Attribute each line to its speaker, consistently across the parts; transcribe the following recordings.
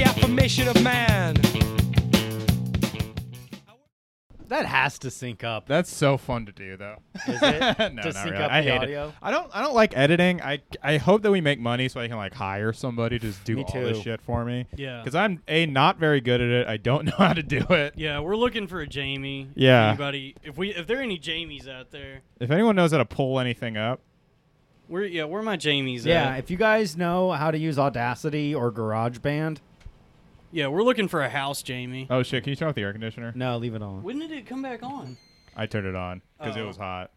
Speaker 1: creation of man.
Speaker 2: That has to sync up.
Speaker 3: That's so fun to do, though.
Speaker 2: Is it?
Speaker 3: no,
Speaker 2: to
Speaker 3: not
Speaker 2: sync
Speaker 3: really.
Speaker 2: up
Speaker 3: I
Speaker 2: the
Speaker 3: hate
Speaker 2: audio.
Speaker 3: it. I don't. I don't like editing. I I hope that we make money so I can like hire somebody to just do
Speaker 2: Me
Speaker 3: all this
Speaker 2: too.
Speaker 3: shit for me.
Speaker 4: Yeah.
Speaker 3: Because I'm a not very good at it. I don't know how to do it.
Speaker 4: Yeah, we're looking for a Jamie. If
Speaker 3: Yeah.
Speaker 4: Anybody if we if there are any Jamies out there.
Speaker 3: If anyone knows how to pull anything up,
Speaker 4: Where yeah, where are my Jamies
Speaker 2: Yeah,
Speaker 4: at?
Speaker 2: if you guys know how to use Audacity or GarageBand,
Speaker 4: Yeah, we're looking for a house Jamie.
Speaker 3: oh shit! Can you turn off the air conditioner?
Speaker 2: no, leave it on.
Speaker 4: When did it come back on?
Speaker 3: I turned it on because it
Speaker 4: Oh.
Speaker 3: was hot.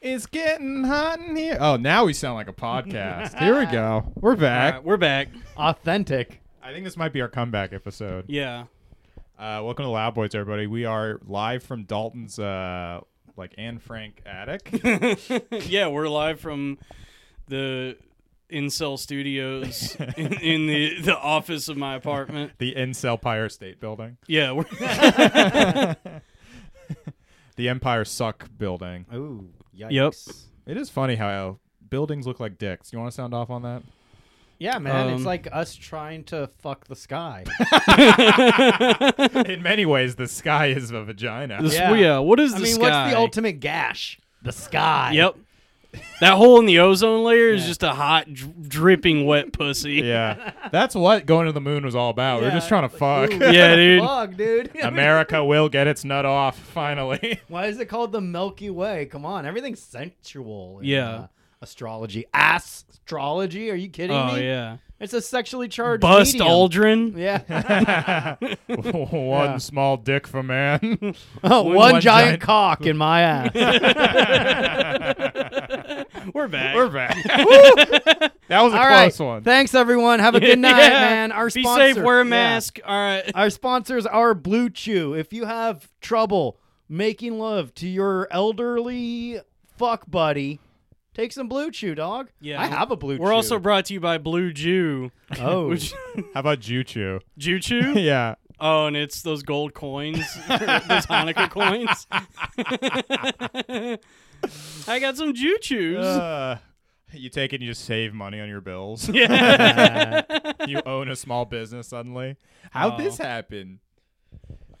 Speaker 3: It's getting hot in here. Oh, now we sound like a podcast. here we go. We're back.
Speaker 4: Alright, Uh, we're back.
Speaker 2: Authentic.
Speaker 3: I think this might be our comeback episode.
Speaker 4: Yeah.
Speaker 3: Uh, welcome to Loud Boys, everybody. We are live from Dalton's, uh, like Anne Frank attic.
Speaker 4: yeah, we're live from the Incel Studios in, in the the office of my apartment.
Speaker 3: the Incel Pyre State Building,
Speaker 4: Yeah, we're
Speaker 3: the Empire Suck Building.
Speaker 2: Ooh, yikes.
Speaker 4: Yep.
Speaker 3: It is funny how buildings look like dicks. You want to sound off on that?
Speaker 2: Yeah, man,
Speaker 4: Um,
Speaker 2: it's like us trying to fuck the sky.
Speaker 3: In many ways, the sky is a vagina.
Speaker 4: This-
Speaker 2: Yeah.
Speaker 4: yeah. What is
Speaker 2: I
Speaker 4: the
Speaker 2: mean,
Speaker 4: sky?
Speaker 2: what's the ultimate gash? The sky.
Speaker 4: Yep. That hole in the ozone layer is just a hot, dr- dripping, wet pussy.
Speaker 3: yeah, that's what going to the moon was all about. We We're
Speaker 2: Yeah,
Speaker 3: just trying to fuck.
Speaker 2: Ooh,
Speaker 4: Yeah, dude.
Speaker 2: Fuck, dude. I mean,
Speaker 3: America will get its nut off finally.
Speaker 2: Why is it called the Milky Way? Come on, everything's sensual. in,
Speaker 4: Yeah.
Speaker 2: uh, astrology. Astrology? Are you kidding
Speaker 4: Oh
Speaker 2: me?
Speaker 4: yeah.
Speaker 2: It's a sexually charged
Speaker 4: Bust
Speaker 2: medium.
Speaker 4: Aldrin.
Speaker 2: Yeah.
Speaker 3: One
Speaker 2: Yeah.
Speaker 3: small dick for man.
Speaker 4: Oh,
Speaker 2: One
Speaker 3: One
Speaker 2: giant,
Speaker 3: giant-
Speaker 2: cock in my ass.
Speaker 4: We're back.
Speaker 3: We're back. that was a
Speaker 2: All right.
Speaker 3: close one.
Speaker 2: Thanks, everyone. Have a good night,
Speaker 4: Yeah.
Speaker 2: man. Our
Speaker 4: Be
Speaker 2: sponsor,
Speaker 4: safe. Wear a
Speaker 2: Yeah.
Speaker 4: mask. All right.
Speaker 2: Our sponsors are Blue Chew. If you have trouble making love to your elderly fuck buddy, take some Blue Chew, dog.
Speaker 4: Yeah.
Speaker 2: I have a Blue Chew.
Speaker 4: We're also brought to you by Blue Jew.
Speaker 2: oh,
Speaker 4: Which
Speaker 3: How about Juchu?
Speaker 4: Jew Chew?
Speaker 3: yeah.
Speaker 4: Oh, and it's those gold coins, those Hanukkah coins. I got some Jew Chews.
Speaker 3: Uh, you take it and you just save money on your bills.
Speaker 4: yeah.
Speaker 3: you own a small business suddenly. How'd
Speaker 4: Oh.
Speaker 3: this happen?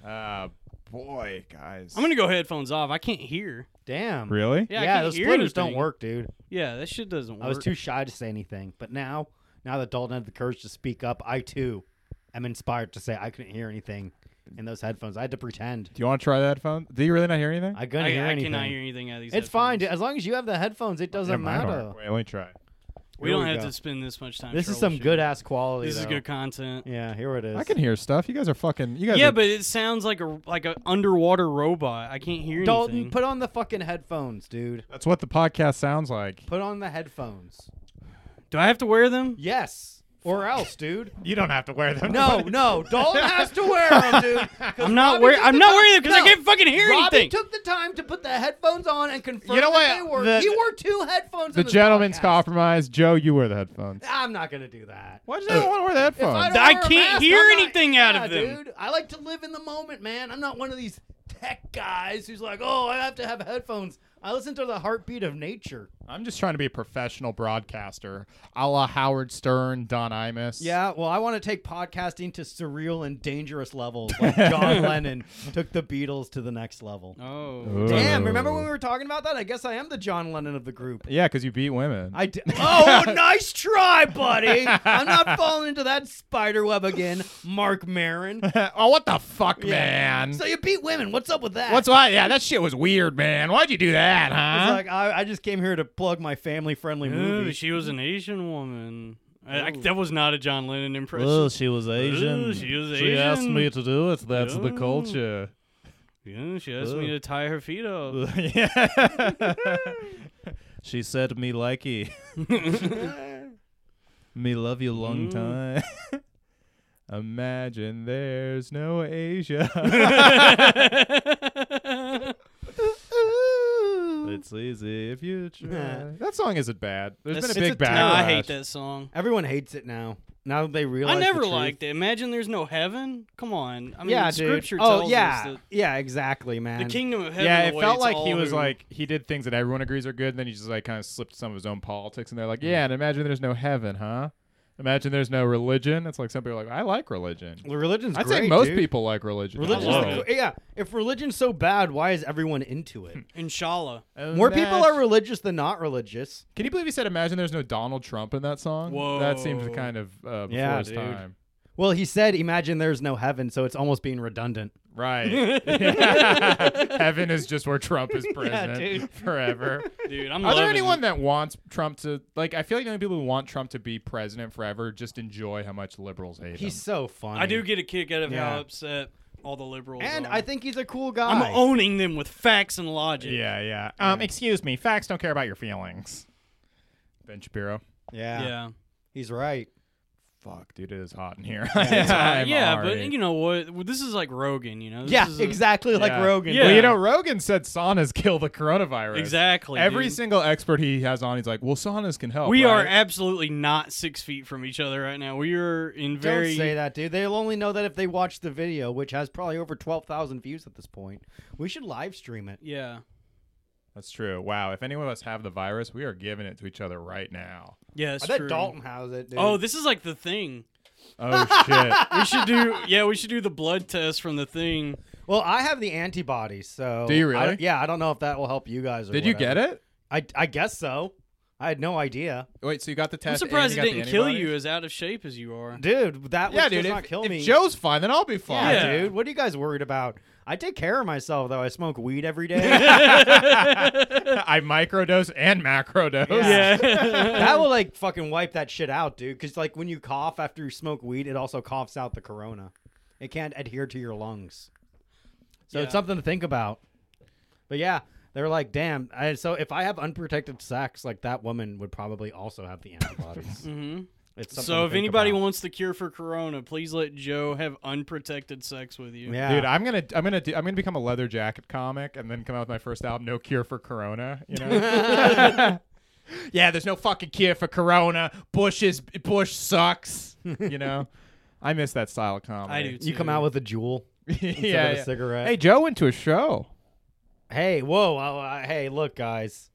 Speaker 3: Uh, boy, guys.
Speaker 4: I'm gonna go headphones off. I can't hear.
Speaker 2: damn.
Speaker 3: really?
Speaker 4: Yeah, I
Speaker 2: yeah
Speaker 4: can't
Speaker 2: those
Speaker 4: hear
Speaker 2: splitters don't
Speaker 4: anything.
Speaker 2: work, dude.
Speaker 4: Yeah, that shit doesn't work.
Speaker 2: I was too shy to say anything, but now, now that Dalton had the courage to speak up, I too am inspired to say I couldn't hear anything in those headphones. I had to pretend
Speaker 3: Do you want to try that phone? Do you really not hear anything?
Speaker 2: I couldn't
Speaker 4: I,
Speaker 2: hear
Speaker 4: I
Speaker 2: anything.
Speaker 4: cannot hear anything out of these.
Speaker 2: it's fine, dude.
Speaker 4: headphones.
Speaker 2: As long as you have the headphones, it doesn't
Speaker 3: Yeah, mine don't
Speaker 2: matter.
Speaker 3: work. Wait, let me try.
Speaker 4: We
Speaker 2: Here
Speaker 4: don't
Speaker 2: we
Speaker 4: have
Speaker 2: go.
Speaker 4: to spend this much time.
Speaker 2: This is some
Speaker 4: troubleshooting.
Speaker 2: good ass quality.
Speaker 4: This is
Speaker 2: though.
Speaker 4: good content.
Speaker 2: Yeah, here it is.
Speaker 3: I can hear stuff. You guys are fucking. You guys.
Speaker 4: Yeah,
Speaker 3: are-
Speaker 4: but it sounds like a like an underwater robot. I can't hear
Speaker 2: Dalton,
Speaker 4: anything.
Speaker 2: put on the fucking headphones, dude.
Speaker 3: that's what the podcast sounds like.
Speaker 2: Put on the headphones.
Speaker 4: Do I have to wear them?
Speaker 2: Yes, or else, dude.
Speaker 3: You don't have to wear them.
Speaker 2: No, no, Dalton has to wear them, dude. 'cause
Speaker 4: I'm not
Speaker 2: Robbie
Speaker 4: wearing.
Speaker 2: took
Speaker 4: I'm
Speaker 2: the
Speaker 4: not
Speaker 2: time-
Speaker 4: wearing them because
Speaker 2: No.
Speaker 4: I can't fucking hear
Speaker 2: Robbie
Speaker 4: anything.
Speaker 2: took the time to put the headphones on and confirm
Speaker 3: You know
Speaker 2: that they were.
Speaker 3: what? The-
Speaker 2: he wore two headphones.
Speaker 3: The
Speaker 2: in this
Speaker 3: gentleman's
Speaker 2: podcast.
Speaker 3: compromise. Joe, you wear the headphones.
Speaker 2: I'm not gonna do that.
Speaker 3: Why does anyone want to wear the
Speaker 2: If I,
Speaker 3: headphones?
Speaker 2: don't
Speaker 4: I
Speaker 2: wear a
Speaker 4: can't
Speaker 2: mask,
Speaker 4: hear
Speaker 2: I'm not-
Speaker 4: anything out
Speaker 2: Yeah,
Speaker 4: of them.
Speaker 2: dude. I like to live in the moment, man. I'm not one of these tech guys who's like, oh, I have to have headphones. I listen to the heartbeat of nature.
Speaker 3: I'm just trying to be a professional broadcaster, a la Howard Stern, Don Imus.
Speaker 2: Yeah, well, I want to take podcasting to surreal and dangerous levels, like John Lennon took the Beatles to the next level.
Speaker 4: Oh.
Speaker 3: Ooh.
Speaker 2: Damn, remember when we were talking about that? I guess I am the John Lennon of the group.
Speaker 3: Yeah, because you beat women.
Speaker 2: I d- oh, nice try, buddy. I'm not falling into that spider web again, Mark Marin.
Speaker 3: oh, what the fuck,
Speaker 2: Yeah.
Speaker 3: man?
Speaker 2: So you beat women. What's up with that?
Speaker 3: What's why? Yeah, that shit was weird, man. Why'd you do that, huh?
Speaker 2: It's like I, I just came here to plug my family-friendly
Speaker 4: Ooh,
Speaker 2: movie.
Speaker 4: she was an Asian woman. I, I, that was not a John Lennon impression.
Speaker 3: "Oh, she was
Speaker 4: Asian. she was She asked Asian. me
Speaker 3: to do it. That's
Speaker 4: the culture. Yeah, she asked me
Speaker 3: Ooh.
Speaker 4: to tie her feet up.
Speaker 3: yeah. she said me likey. me love you long
Speaker 4: Mm.
Speaker 3: time. Imagine there's no Asia. it's easy if you
Speaker 2: try.
Speaker 3: That song isn't bad. There's
Speaker 4: That's-
Speaker 3: been a
Speaker 2: it's
Speaker 3: big
Speaker 2: a-
Speaker 3: backlash.
Speaker 4: No, I hate that song.
Speaker 2: Everyone hates it now. Now that they realize
Speaker 4: I
Speaker 2: the
Speaker 4: never
Speaker 2: truth.
Speaker 4: liked it. Imagine there's no heaven. Come on. I mean,
Speaker 2: yeah, dude.
Speaker 4: scripture
Speaker 2: oh,
Speaker 4: tells
Speaker 2: yeah,
Speaker 4: us
Speaker 2: yeah, exactly,
Speaker 4: that
Speaker 2: man.
Speaker 4: the kingdom of heaven.
Speaker 3: Yeah, it
Speaker 4: awaits
Speaker 3: felt like he
Speaker 4: all
Speaker 3: was
Speaker 4: who-
Speaker 3: like he did things that
Speaker 2: Mm.
Speaker 3: everyone agrees are good, and then he just like kind of slipped some of his own politics, and they're like, yeah, and imagine there's no heaven, huh? Imagine there's no religion. It's like some people are like, I like religion.
Speaker 2: Religion's
Speaker 3: I'd
Speaker 2: great,
Speaker 3: say most
Speaker 2: dude.
Speaker 3: people like religion.
Speaker 2: Religion's
Speaker 4: I love
Speaker 2: the,
Speaker 4: it.
Speaker 2: gr- yeah. If religion's so bad, why is everyone into it?
Speaker 4: Inshallah.
Speaker 2: More people are
Speaker 3: Imagine-
Speaker 2: religious than not religious.
Speaker 3: Can you believe he said, "Imagine there's no Donald Trump in that song"? that seemed
Speaker 4: Whoa.
Speaker 3: kind of uh, before
Speaker 2: Yeah,
Speaker 3: his
Speaker 2: dude.
Speaker 3: time.
Speaker 2: Well, he said, "Imagine there's no heaven," so it's almost being redundant.
Speaker 3: Right. Heaven is just where Trump is president
Speaker 2: dude.
Speaker 3: forever.
Speaker 4: Dude, I'm
Speaker 3: Are there
Speaker 4: loving it.
Speaker 3: anyone that wants Trump to like? I feel like the only people who want Trump to be president forever just enjoy how much liberals hate
Speaker 2: He's
Speaker 3: him.
Speaker 2: so funny.
Speaker 4: I do get a kick out of
Speaker 2: Yeah.
Speaker 4: how upset all the liberals
Speaker 2: and
Speaker 4: are.
Speaker 2: I think he's a cool guy.
Speaker 4: I'm owning them with facts and logic.
Speaker 3: Yeah, yeah. Um, excuse me. Facts don't care about your feelings. Ben Shapiro.
Speaker 2: yeah,
Speaker 4: Yeah.
Speaker 2: he's right.
Speaker 3: Fuck, dude, it is hot in here.
Speaker 4: Uh, yeah, but you know what? Well, This is like Rogan, you know? This
Speaker 2: yeah,
Speaker 4: is a-
Speaker 2: exactly like Rogan.
Speaker 4: Yeah.
Speaker 3: Well, you know, Rogan said saunas kill the coronavirus.
Speaker 4: Exactly.
Speaker 3: Every
Speaker 4: dude.
Speaker 3: single expert he has on, he's like, "Well, saunas can help."
Speaker 4: We are
Speaker 3: right?
Speaker 4: absolutely not six feet from each other right now. We are in very.
Speaker 2: Don't say that, dude. They'll only know that if they watch the video, which has probably over twelve thousand views at this point. We should live stream it.
Speaker 4: Yeah.
Speaker 3: That's true. Wow. If any of us have the virus, we are giving it to each other right now.
Speaker 4: Yeah, it's
Speaker 2: I bet
Speaker 4: true.
Speaker 2: Dalton has it, dude.
Speaker 4: Oh, this is like the thing.
Speaker 3: Oh shit,
Speaker 4: We should do. Yeah, we should do the blood test from the thing.
Speaker 2: well, I have the antibodies, so
Speaker 3: Do you
Speaker 2: I
Speaker 3: really?
Speaker 2: don't- yeah, I don't know if that will help you guys. Or
Speaker 3: did you get it?
Speaker 2: I I guess so. I had no idea,
Speaker 3: Wait, so you got the
Speaker 4: I'm
Speaker 3: test?
Speaker 4: surprised it
Speaker 3: and you got
Speaker 4: didn't
Speaker 3: the
Speaker 4: kill
Speaker 3: antibodies?
Speaker 4: you as out of shape as you are.
Speaker 2: dude. That
Speaker 3: Yeah,
Speaker 2: would
Speaker 3: dude.
Speaker 2: just
Speaker 3: If,
Speaker 2: not kill
Speaker 3: if
Speaker 2: me.
Speaker 3: Joe's fine, then I'll be
Speaker 2: yeah,
Speaker 3: fine.
Speaker 4: Yeah.
Speaker 2: dude. What are you guys worried about? I take care of myself though. I smoke weed every day.
Speaker 3: I microdose and macrodose.
Speaker 2: Yeah.
Speaker 4: Yeah.
Speaker 2: that will like fucking wipe that shit out, dude. Because like when you cough after you smoke weed, it also coughs out the corona. It can't adhere to your lungs, so
Speaker 4: Yeah.
Speaker 2: it's something to think about. But yeah, they're like, damn. I, so if I have unprotected sex, like that woman would probably also have the antibodies.
Speaker 4: hmm
Speaker 2: it's something
Speaker 4: So
Speaker 2: to
Speaker 4: if
Speaker 2: think
Speaker 4: anybody
Speaker 2: about.
Speaker 4: wants the cure for corona, please let Joe have unprotected sex with you.
Speaker 2: yeah,
Speaker 3: Dude, I'm gonna I'm gonna do, I'm gonna become a leather jacket comic and then come out with my first album, No Cure for Corona. You know? yeah, there's no fucking cure for Corona. Bush is Bush sucks. You know, I miss that style of comedy.
Speaker 4: I do too.
Speaker 2: you come out with a jewel
Speaker 3: yeah,
Speaker 2: instead of a
Speaker 3: yeah.
Speaker 2: cigarette.
Speaker 3: Hey, Joe went to a show.
Speaker 2: Hey, whoa, uh, uh, hey, look, guys.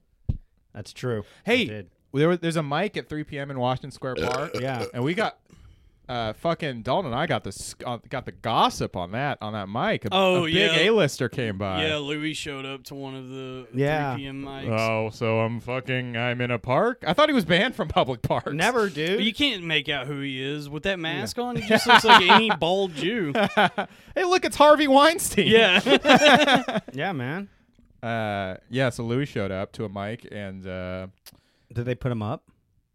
Speaker 2: That's true. I
Speaker 3: Hey.
Speaker 2: did.
Speaker 3: There was, there's a mic at 3 p.m. in Washington Square Park.
Speaker 2: Yeah.
Speaker 3: and we got. Uh, fucking Dalton and I got the sc- uh, got the gossip on that on that mic. A,
Speaker 4: Oh,
Speaker 3: a big
Speaker 4: yeah.
Speaker 3: A-lister came by.
Speaker 4: Yeah, Louis showed up to one of the
Speaker 2: Yeah.
Speaker 4: 3 p.m. mics.
Speaker 3: Oh, so I'm fucking. I'm in a park. I thought he was banned from public parks.
Speaker 2: Never,
Speaker 4: But
Speaker 2: dude.
Speaker 4: you can't make out who he is with that mask on. He just looks like any bald Jew.
Speaker 3: hey, look, it's Harvey Weinstein.
Speaker 4: Yeah.
Speaker 2: yeah, man.
Speaker 3: Uh, yeah. So Louis showed up to a mic, and uh,
Speaker 2: Did they put him up?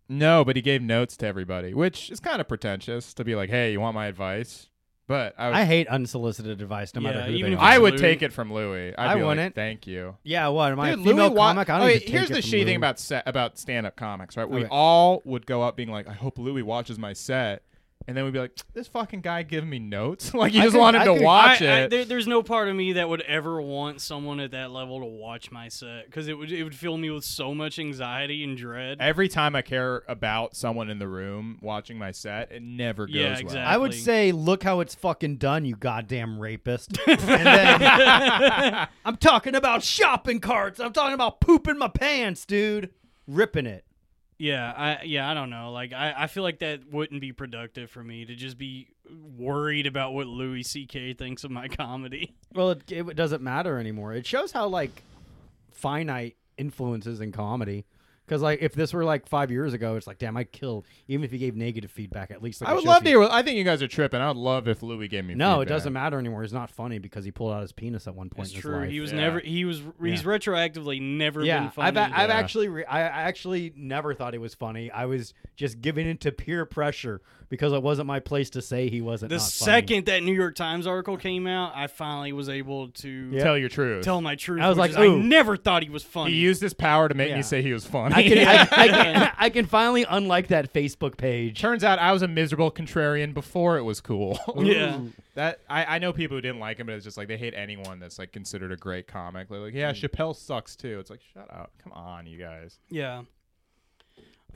Speaker 3: no, but he gave notes to everybody, which is kind of pretentious to be like, "Hey, you want my advice?" But I, was,
Speaker 2: I hate unsolicited advice, no matter
Speaker 4: Yeah,
Speaker 2: who
Speaker 4: even
Speaker 2: they
Speaker 4: if
Speaker 2: are.
Speaker 3: I would
Speaker 4: Lou-
Speaker 3: take it from Louis. I'd
Speaker 2: I
Speaker 3: be like,
Speaker 2: wouldn't.
Speaker 3: Thank you.
Speaker 2: yeah, what am I? A
Speaker 3: Dude, Louis
Speaker 2: female
Speaker 3: Wa-
Speaker 2: comic? I don't
Speaker 3: okay,
Speaker 2: even take
Speaker 3: here's
Speaker 2: it
Speaker 3: the
Speaker 2: from
Speaker 3: shitty
Speaker 2: Lou.
Speaker 3: thing about set, about stand up comics, right? We
Speaker 2: Okay.
Speaker 3: all would go up being like, I hope Louis watches my set, and then we'd be like, this fucking guy giving me notes. like you
Speaker 2: I
Speaker 3: just
Speaker 2: could-
Speaker 3: want him
Speaker 2: I
Speaker 3: to
Speaker 2: could-
Speaker 3: watch
Speaker 4: I- I-
Speaker 3: it.
Speaker 4: there- there's no part of me that would ever want someone at that level to watch my set because it would it would fill me with so much anxiety and dread.
Speaker 3: Every time I care about someone in the room watching my set, it never goes
Speaker 4: Yeah,
Speaker 3: well.
Speaker 4: exactly.
Speaker 2: I would
Speaker 4: Exactly.
Speaker 2: say, look how it's fucking done, you goddamn rapist. and then I'm talking about shopping carts. I'm talking about pooping my pants, dude. Ripping it.
Speaker 4: Yeah, I yeah I don't know. Like I, I feel like that wouldn't be productive for me to just be worried about what Louis C.K. thinks of my comedy.
Speaker 2: Well, it, it doesn't matter anymore. It shows how like finite influences in comedy. Because like if this were like five years ago, it's like damn, I killed. Even if you gave negative feedback, at least like,
Speaker 3: I
Speaker 2: it
Speaker 3: would
Speaker 2: shows
Speaker 3: love to
Speaker 2: you-
Speaker 3: hear. I think you guys are tripping. I would love if Louis gave me.
Speaker 2: No, it
Speaker 3: feedback.
Speaker 2: doesn't matter anymore. He's not funny because he pulled out his penis at one point
Speaker 4: It's
Speaker 2: in his
Speaker 4: true.
Speaker 2: life.
Speaker 4: He was
Speaker 3: Yeah.
Speaker 4: never he was he's
Speaker 2: Yeah.
Speaker 4: retroactively never been
Speaker 2: yeah,
Speaker 4: funny.
Speaker 2: I've, a- I've
Speaker 3: Yeah.
Speaker 2: actually re- I I actually never thought he was funny. I was just giving into peer pressure because it wasn't my place to say he wasn't.
Speaker 4: the
Speaker 2: not funny.
Speaker 4: second that New York Times article came out, I finally was able to
Speaker 2: Yeah.
Speaker 3: Tell your truth.
Speaker 4: tell my truth.
Speaker 2: I was
Speaker 4: which
Speaker 2: like,
Speaker 4: is
Speaker 2: "Ooh."
Speaker 4: I never thought he was funny.
Speaker 3: he used his power to make
Speaker 2: Yeah.
Speaker 3: me say he was funny.
Speaker 2: I can, I, I can I can finally unlike that Facebook page.
Speaker 3: Turns out I was a miserable contrarian before it was cool.
Speaker 4: Yeah. Um,
Speaker 3: that I, I know people who didn't like him, but it's just like they hate anyone that's like considered a great comic. They're like, yeah, Chappelle sucks too. It's like, shut up, come on, you guys.
Speaker 4: yeah.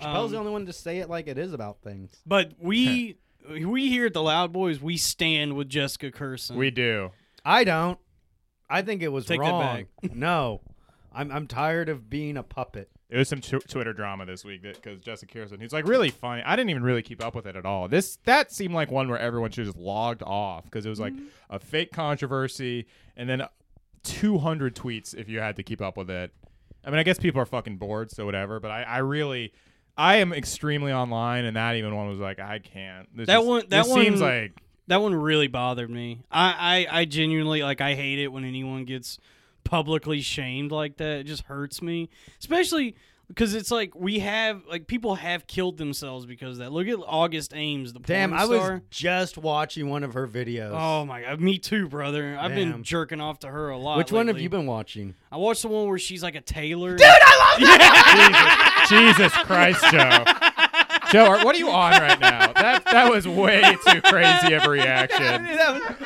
Speaker 2: Chappelle's
Speaker 4: Um,
Speaker 2: the only one to say it like it is about things.
Speaker 4: But we we here at the Loud Boys, we stand with Jessica Curson.
Speaker 3: We do.
Speaker 2: I don't. I think it was
Speaker 4: Take that
Speaker 2: wrong.
Speaker 4: back.
Speaker 2: no, I'm I'm tired of being a puppet.
Speaker 3: There was some tw- Twitter drama this week that because Justin Kirsten, he's like really funny. I didn't even really keep up with it at all. This that seemed like one where everyone should have just logged off because it was like a fake controversy and then 200 tweets if you had to keep up with it. I mean, I guess people are fucking bored, so whatever. But I, I really, I am extremely online, and that even one was like, I can't. This
Speaker 4: That
Speaker 3: is-
Speaker 4: one- that
Speaker 3: this seems
Speaker 4: one-
Speaker 3: like
Speaker 4: That one really bothered me. I, I, I genuinely like I hate it when anyone gets publicly shamed like that. It just hurts me. Especially because it's like we have like people have killed themselves because of that. Look at August Ames, the
Speaker 2: Damn,
Speaker 4: porn
Speaker 2: I was
Speaker 4: star.
Speaker 2: just watching one of her videos.
Speaker 4: Oh my god, me too, brother. I've
Speaker 2: Damn.
Speaker 4: been jerking off to her a lot.
Speaker 2: Which one have
Speaker 4: lately.
Speaker 2: you been watching?
Speaker 4: I watched the one where she's like a tailor. Dude, I-
Speaker 3: Jesus Christ, Joe. Joe, are- what are you on right now? That that was way too crazy of a reaction.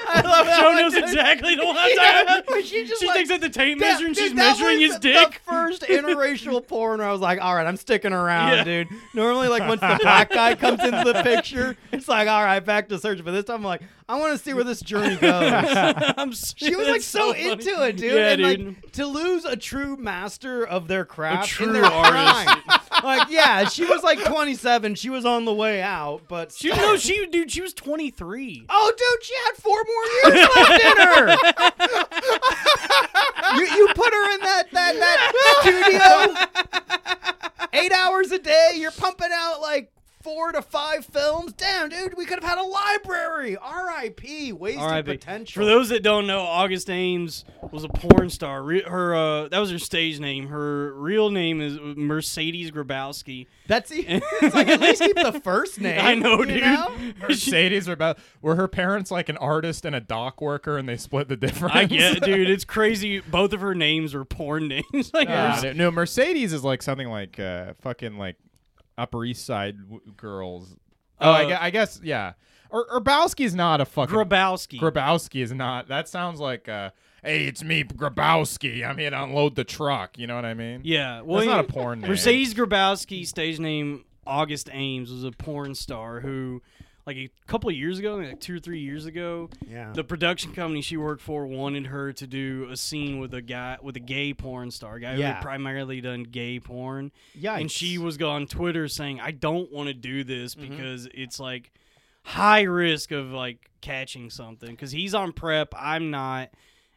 Speaker 2: I love
Speaker 4: Joe knows exactly the one I'm talking about.
Speaker 2: she just
Speaker 4: She
Speaker 2: like,
Speaker 4: thinks that the tape
Speaker 2: that-
Speaker 4: measure and
Speaker 2: dude,
Speaker 4: she's
Speaker 2: that
Speaker 4: measuring
Speaker 2: was
Speaker 4: his
Speaker 2: the-
Speaker 4: dick.
Speaker 2: The first interracial porn where I was like, all right, I'm sticking around,
Speaker 4: Yeah.
Speaker 2: dude. Normally, like once the black guy comes into the picture, it's like, all right, back to search. But this time, I'm like, I want to see where this journey goes.
Speaker 4: I'm
Speaker 2: She was like
Speaker 4: that's
Speaker 2: so,
Speaker 4: funny.
Speaker 2: into it, dude.
Speaker 4: Yeah,
Speaker 2: and like
Speaker 4: dude.
Speaker 2: to lose a true master of their craft, in
Speaker 4: true
Speaker 2: their
Speaker 4: artist.
Speaker 2: prime. like yeah, she was like 27. She was on the way out, but
Speaker 4: She no, she dude, she was 23.
Speaker 2: Oh, dude, she had four more years left in her. you, you put her in that that that studio, eight hours a day. You're pumping out like four to five films. Damn, dude, we could have had a library. R.I.P. Wasted
Speaker 4: R.I.P..
Speaker 2: potential.
Speaker 4: For those that don't know, August Ames was a porn star. Re- her uh, that was her stage name. Her real name is Mercedes Grabowski.
Speaker 2: That's e- it's like at least keep the first name.
Speaker 4: I know,
Speaker 2: you
Speaker 4: dude.
Speaker 2: know?
Speaker 4: She-
Speaker 3: Mercedes were about were her parents like an artist and a dock worker and they split the difference.
Speaker 4: I get, dude. It's crazy. Both of her names are porn names. like,
Speaker 3: God,
Speaker 4: there's-
Speaker 3: it- no, Mercedes is like something like uh, fucking like Upper East Side w- girls. Oh, I,
Speaker 4: Uh,
Speaker 3: gue- I guess yeah. Or Urbowski's not a fucking
Speaker 4: Grabowski.
Speaker 3: Grabowski is not. That sounds like uh, hey, it's me, Grabowski. I'm here to unload the truck. You know what I mean?
Speaker 4: yeah, well,
Speaker 3: That's not a
Speaker 4: he-
Speaker 3: porn name.
Speaker 4: Mercedes Grabowski, stage name August Ames, was a porn star who, like a couple of years ago, like two or three years ago,
Speaker 2: Yeah.
Speaker 4: the production company she worked for wanted her to do a scene with a guy with a gay porn star, a guy who
Speaker 2: Yeah.
Speaker 4: had primarily done gay porn, and she
Speaker 2: Yikes.
Speaker 4: was on Twitter saying, "I don't want to do this
Speaker 3: Mm-hmm.
Speaker 4: because it's like high risk of like catching something because he's on prep, I'm not."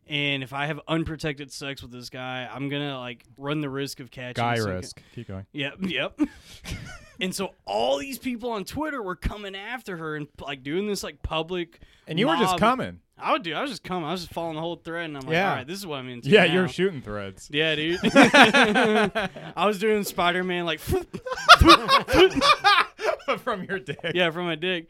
Speaker 4: And if I have unprotected sex with this guy, I'm gonna like run the risk of catching
Speaker 3: Guy
Speaker 4: some-
Speaker 3: risk. Keep going.
Speaker 4: Yep, yep. and so all these people on Twitter were coming after her and like doing this like public.
Speaker 3: And you were just
Speaker 4: mob-
Speaker 3: coming.
Speaker 4: I would do. I was just coming. I was just following the whole thread, and I'm like,
Speaker 2: Yeah.
Speaker 4: all right, this is what I'm into.
Speaker 3: Yeah,
Speaker 4: now."
Speaker 3: you're shooting threads.
Speaker 4: Yeah, dude. I was doing Spider Man like,
Speaker 3: From your dick.
Speaker 4: yeah, from my dick.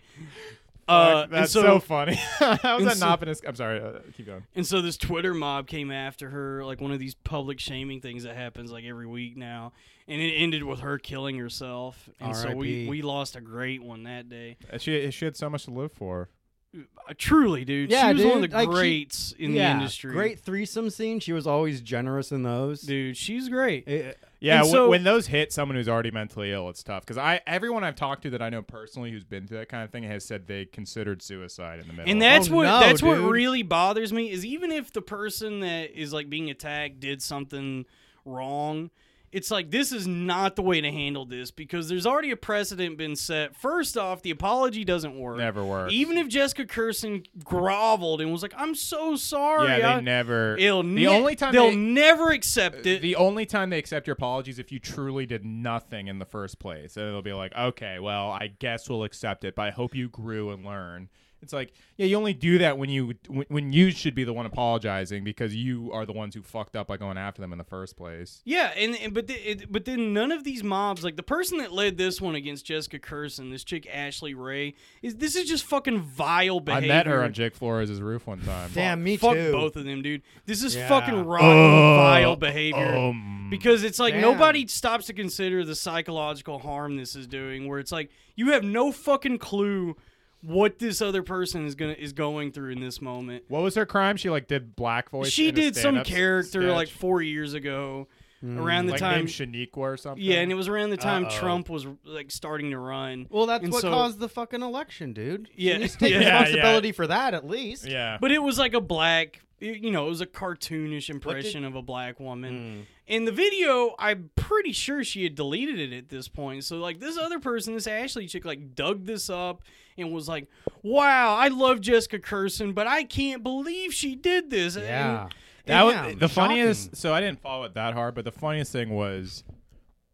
Speaker 3: Fuck,
Speaker 4: Uh, and
Speaker 3: that's so, funny. How's that not been? A, I'm sorry. Uh, keep going.
Speaker 4: And so this Twitter mob came after her, like one of these public shaming things that happens like every week now, and it ended with her killing herself. And so we
Speaker 2: R.I.P..
Speaker 4: we lost a great one that day.
Speaker 3: Uh, She she had so much to live for.
Speaker 4: Uh, truly, dude.
Speaker 2: Yeah,
Speaker 4: she was one of
Speaker 2: dude.
Speaker 4: the
Speaker 2: Like, she-
Speaker 4: greats in
Speaker 2: Yeah,
Speaker 4: the industry.
Speaker 2: Great threesome scene. She was always generous in those.
Speaker 4: dude. She's great.
Speaker 2: It-
Speaker 3: Yeah,
Speaker 4: And
Speaker 3: wh-
Speaker 4: so-
Speaker 3: when those hit someone who's already mentally ill, it's tough. Because I everyone I've talked to that I know personally who's been through that kind of thing has said they considered suicide in the middle.
Speaker 4: And
Speaker 3: of it.
Speaker 4: that's
Speaker 2: Oh,
Speaker 4: what
Speaker 2: no,
Speaker 4: that's what
Speaker 2: dude.
Speaker 4: really bothers me is even if the person that is like being attacked did something wrong, it's like this is not the way to handle this because there's already a precedent been set. First off, the apology doesn't work.
Speaker 3: never works.
Speaker 4: Even if Jessica Kirsten groveled and was like, "I'm so sorry,"
Speaker 3: yeah, they
Speaker 4: I-
Speaker 3: never.
Speaker 4: it'll
Speaker 3: the
Speaker 4: ne-
Speaker 3: only time
Speaker 4: they'll
Speaker 3: they,
Speaker 4: never accept it.
Speaker 3: the only time they accept your apologies if you truly did nothing in the first place, and it'll be like, okay, well, I guess we'll accept it, but I hope you grew and learn. It's like, yeah, you only do that when you when, when you should be the one apologizing because you are the ones who fucked up by going after them in the first place.
Speaker 4: Yeah, and, and but the, it, but then none of these mobs, like the person that led this one against Jessica Kirsten, this chick Ashley Ray, is this is just fucking vile behavior.
Speaker 3: I met her on Jake Flores' roof one time.
Speaker 2: Damn, me
Speaker 4: Fuck
Speaker 2: too.
Speaker 4: both of them, dude. This is
Speaker 2: Yeah.
Speaker 4: fucking rotten,
Speaker 3: Oh,
Speaker 4: vile behavior.
Speaker 3: Um,
Speaker 4: because it's like
Speaker 2: Damn.
Speaker 4: nobody stops to consider the psychological harm this is doing. Where it's like you have no fucking clue what this other person is gonna is going through in this moment.
Speaker 3: what was her crime? She like did black voice.
Speaker 4: She
Speaker 3: in a
Speaker 4: did some
Speaker 3: stand-up s-
Speaker 4: character
Speaker 3: sketch? Mm.
Speaker 4: like four years ago, around the
Speaker 3: like
Speaker 4: time
Speaker 3: named Shaniqua or something.
Speaker 4: yeah, and it was around the time
Speaker 2: Uh-oh.
Speaker 4: Trump was like starting to run.
Speaker 2: Well, that's
Speaker 4: And
Speaker 2: what
Speaker 4: so-
Speaker 2: caused the fucking election, dude. She
Speaker 4: Yeah.
Speaker 2: needs to take
Speaker 4: Yeah,
Speaker 3: yeah.
Speaker 2: responsibility for that at least.
Speaker 3: yeah. Mm.
Speaker 2: Mm.
Speaker 4: But it was like a black, you know, it was a cartoonish impression of a black woman. In the video, I'm pretty sure she had deleted it at this point. So like this other person, this Ashley chick, like dug this up and was like, "Wow, I love Jessica Kirsten, but I can't believe she did this." And-
Speaker 3: Yeah. That was
Speaker 2: Damn,
Speaker 3: the funniest. So I didn't follow it that hard, but the funniest thing was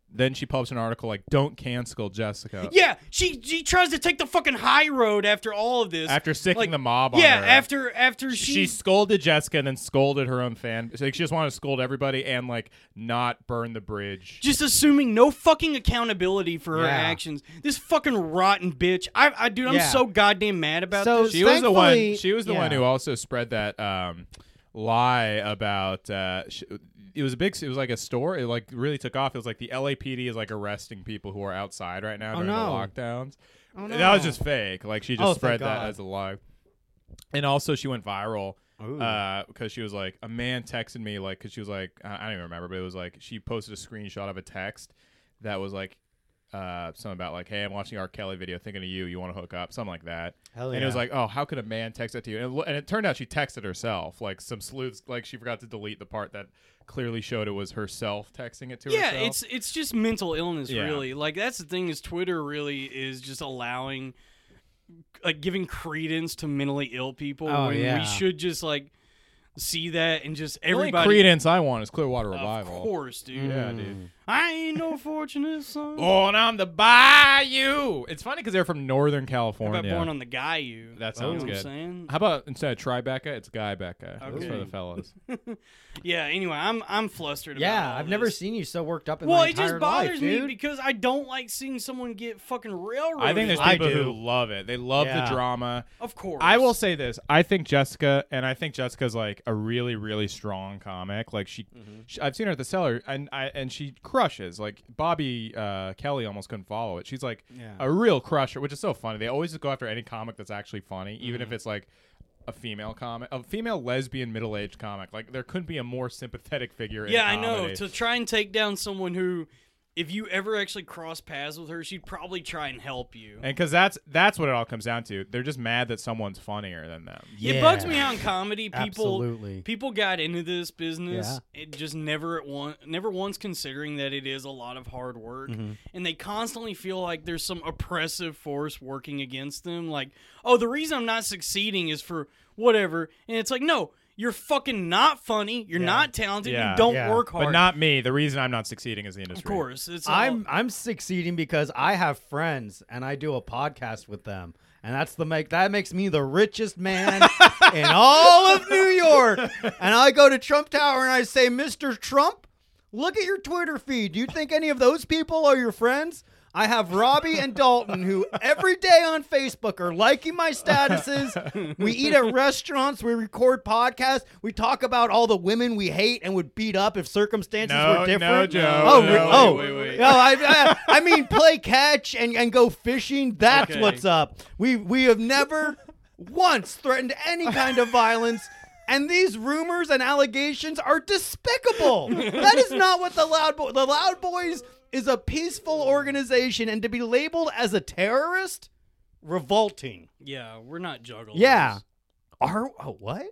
Speaker 3: then she published an article like, don't cancel Jessica.
Speaker 4: yeah, she she tries to take the fucking high road after all of this.
Speaker 3: After sicking
Speaker 4: Like,
Speaker 3: the mob on
Speaker 4: yeah,
Speaker 3: her.
Speaker 4: after after she,
Speaker 3: she scolded Jessica and then scolded her own fan. Like, she just wanted to scold everybody and like not burn the bridge.
Speaker 4: just assuming no fucking accountability for her
Speaker 2: Yeah.
Speaker 4: actions. This fucking rotten bitch. I, I dude, I'm
Speaker 2: Yeah.
Speaker 4: so goddamn mad about
Speaker 2: So-
Speaker 4: this.
Speaker 3: she was the one.
Speaker 2: Thankfully-
Speaker 3: She was the
Speaker 2: yeah.
Speaker 3: one who also spread that um, lie about. Uh, sh it was a big. It was like a store. It like really took off. It was like the LAPD is like arresting people who are outside right now
Speaker 2: Oh,
Speaker 3: during
Speaker 2: no.
Speaker 3: the lockdowns.
Speaker 2: Oh,
Speaker 3: That was
Speaker 2: no.
Speaker 3: just fake. Like she
Speaker 2: Oh,
Speaker 3: just
Speaker 2: thank
Speaker 3: spread that
Speaker 2: God.
Speaker 3: as a lie. And also, she went viral
Speaker 2: Ooh.
Speaker 3: because she was like, a man texted me like, because she was like, I I don't even remember, but it was like she posted a screenshot of a text that was like. Uh, something about like, hey, I'm watching R. Kelly video, thinking of you. You want to hook up? Something like that.
Speaker 2: Hell
Speaker 3: And it was
Speaker 2: yeah.
Speaker 3: like, oh, how could a man text that to you? And it, lo- and it turned out she texted herself. Like some sleuths, like she forgot to delete the part that clearly showed it was herself texting it to
Speaker 4: yeah,
Speaker 3: herself.
Speaker 4: it's it's just mental illness,
Speaker 3: Yeah.
Speaker 4: really. Like that's the thing is Twitter really is just allowing, like, giving credence to mentally ill people.
Speaker 2: Oh,
Speaker 4: when
Speaker 2: yeah.
Speaker 4: we should just like see that and just
Speaker 3: the only
Speaker 4: everybody.
Speaker 3: credence I want is Clearwater
Speaker 4: of
Speaker 3: Revival.
Speaker 4: course, dude.
Speaker 3: Yeah, dude.
Speaker 2: Mm.
Speaker 4: I ain't no fortunate son.
Speaker 3: Born on the Bayou. It's funny because they're from Northern
Speaker 4: How
Speaker 3: California.
Speaker 4: about born on the guy you.
Speaker 3: That
Speaker 4: You know
Speaker 3: sounds
Speaker 4: what I'm
Speaker 3: good.
Speaker 4: saying?
Speaker 3: How about instead of Tribeca, it's Guybeca. That's
Speaker 4: Okay.
Speaker 3: for the fellas.
Speaker 4: Yeah. Anyway, I'm I'm flustered. about
Speaker 2: yeah,
Speaker 4: all
Speaker 2: I've never
Speaker 4: this.
Speaker 2: seen you so worked up in
Speaker 4: Well,
Speaker 2: my
Speaker 4: it
Speaker 2: entire
Speaker 4: just bothers
Speaker 2: life,
Speaker 4: me
Speaker 2: dude.
Speaker 4: because I don't like seeing someone get fucking railroaded.
Speaker 3: I think there's
Speaker 2: I
Speaker 3: people
Speaker 2: do.
Speaker 3: who love it. They love
Speaker 2: Yeah.
Speaker 3: the drama.
Speaker 4: of course.
Speaker 3: I will say this: I think Jessica, and I think Jessica's like a really, really strong comic. Like she,
Speaker 4: Mm-hmm.
Speaker 3: she I've seen her at the cellar, and I and she crushes. Like Bobby uh, Kelly almost couldn't follow it. She's like
Speaker 4: Yeah.
Speaker 3: a real crusher, which is so funny. They always just go after any comic that's actually funny, even
Speaker 4: Mm-hmm.
Speaker 3: if it's like a female comic, a female lesbian middle aged comic. Like there couldn't be a more sympathetic figure. in
Speaker 4: Yeah, I know.
Speaker 3: comedy.
Speaker 4: To try and take down someone who, if you ever actually cross paths with her, she'd probably try and help you.
Speaker 3: and because that's that's what it all comes down to. They're just mad that someone's funnier than them.
Speaker 4: It bugs me how in comedy people
Speaker 2: Absolutely.
Speaker 4: people got into this business it just never at one never once considering that it is a lot of hard work
Speaker 2: Mm-hmm.
Speaker 4: and they constantly feel like there's some oppressive force working against them like oh the reason I'm not succeeding is for whatever and it's like no you're fucking not funny you're not talented
Speaker 3: Yeah,
Speaker 4: you don't
Speaker 2: yeah.
Speaker 4: work hard
Speaker 3: But not me. The reason I'm not succeeding is the industry.
Speaker 4: of course it's all-
Speaker 2: I'm I'm succeeding because I have friends and I do a podcast with them. And that's the make that makes me the richest man in all of New York. And I go to Trump Tower and I say, "Mr. Trump, look at your Twitter feed. Do you think any of those people are your friends?" I have Robbie and Dalton who every day on Facebook are liking my statuses. We eat at restaurants, we record podcasts, we talk about all the women we hate and would beat up if circumstances
Speaker 3: No,
Speaker 2: were
Speaker 3: no,
Speaker 2: different.
Speaker 3: Joe,
Speaker 2: oh,
Speaker 3: no.
Speaker 2: re- oh,
Speaker 4: Wait, wait, wait.
Speaker 2: no, I, I, I mean play catch and, and go fishing. That's
Speaker 4: Okay.
Speaker 2: what's up. We we have never once threatened any kind of violence. And these rumors and allegations are despicable. That is not what the Loud Boys. The Loud Boys is a peaceful organization, and to be labeled as a terrorist, revolting.
Speaker 4: yeah we're not juggalos
Speaker 2: Yeah. Are oh, what?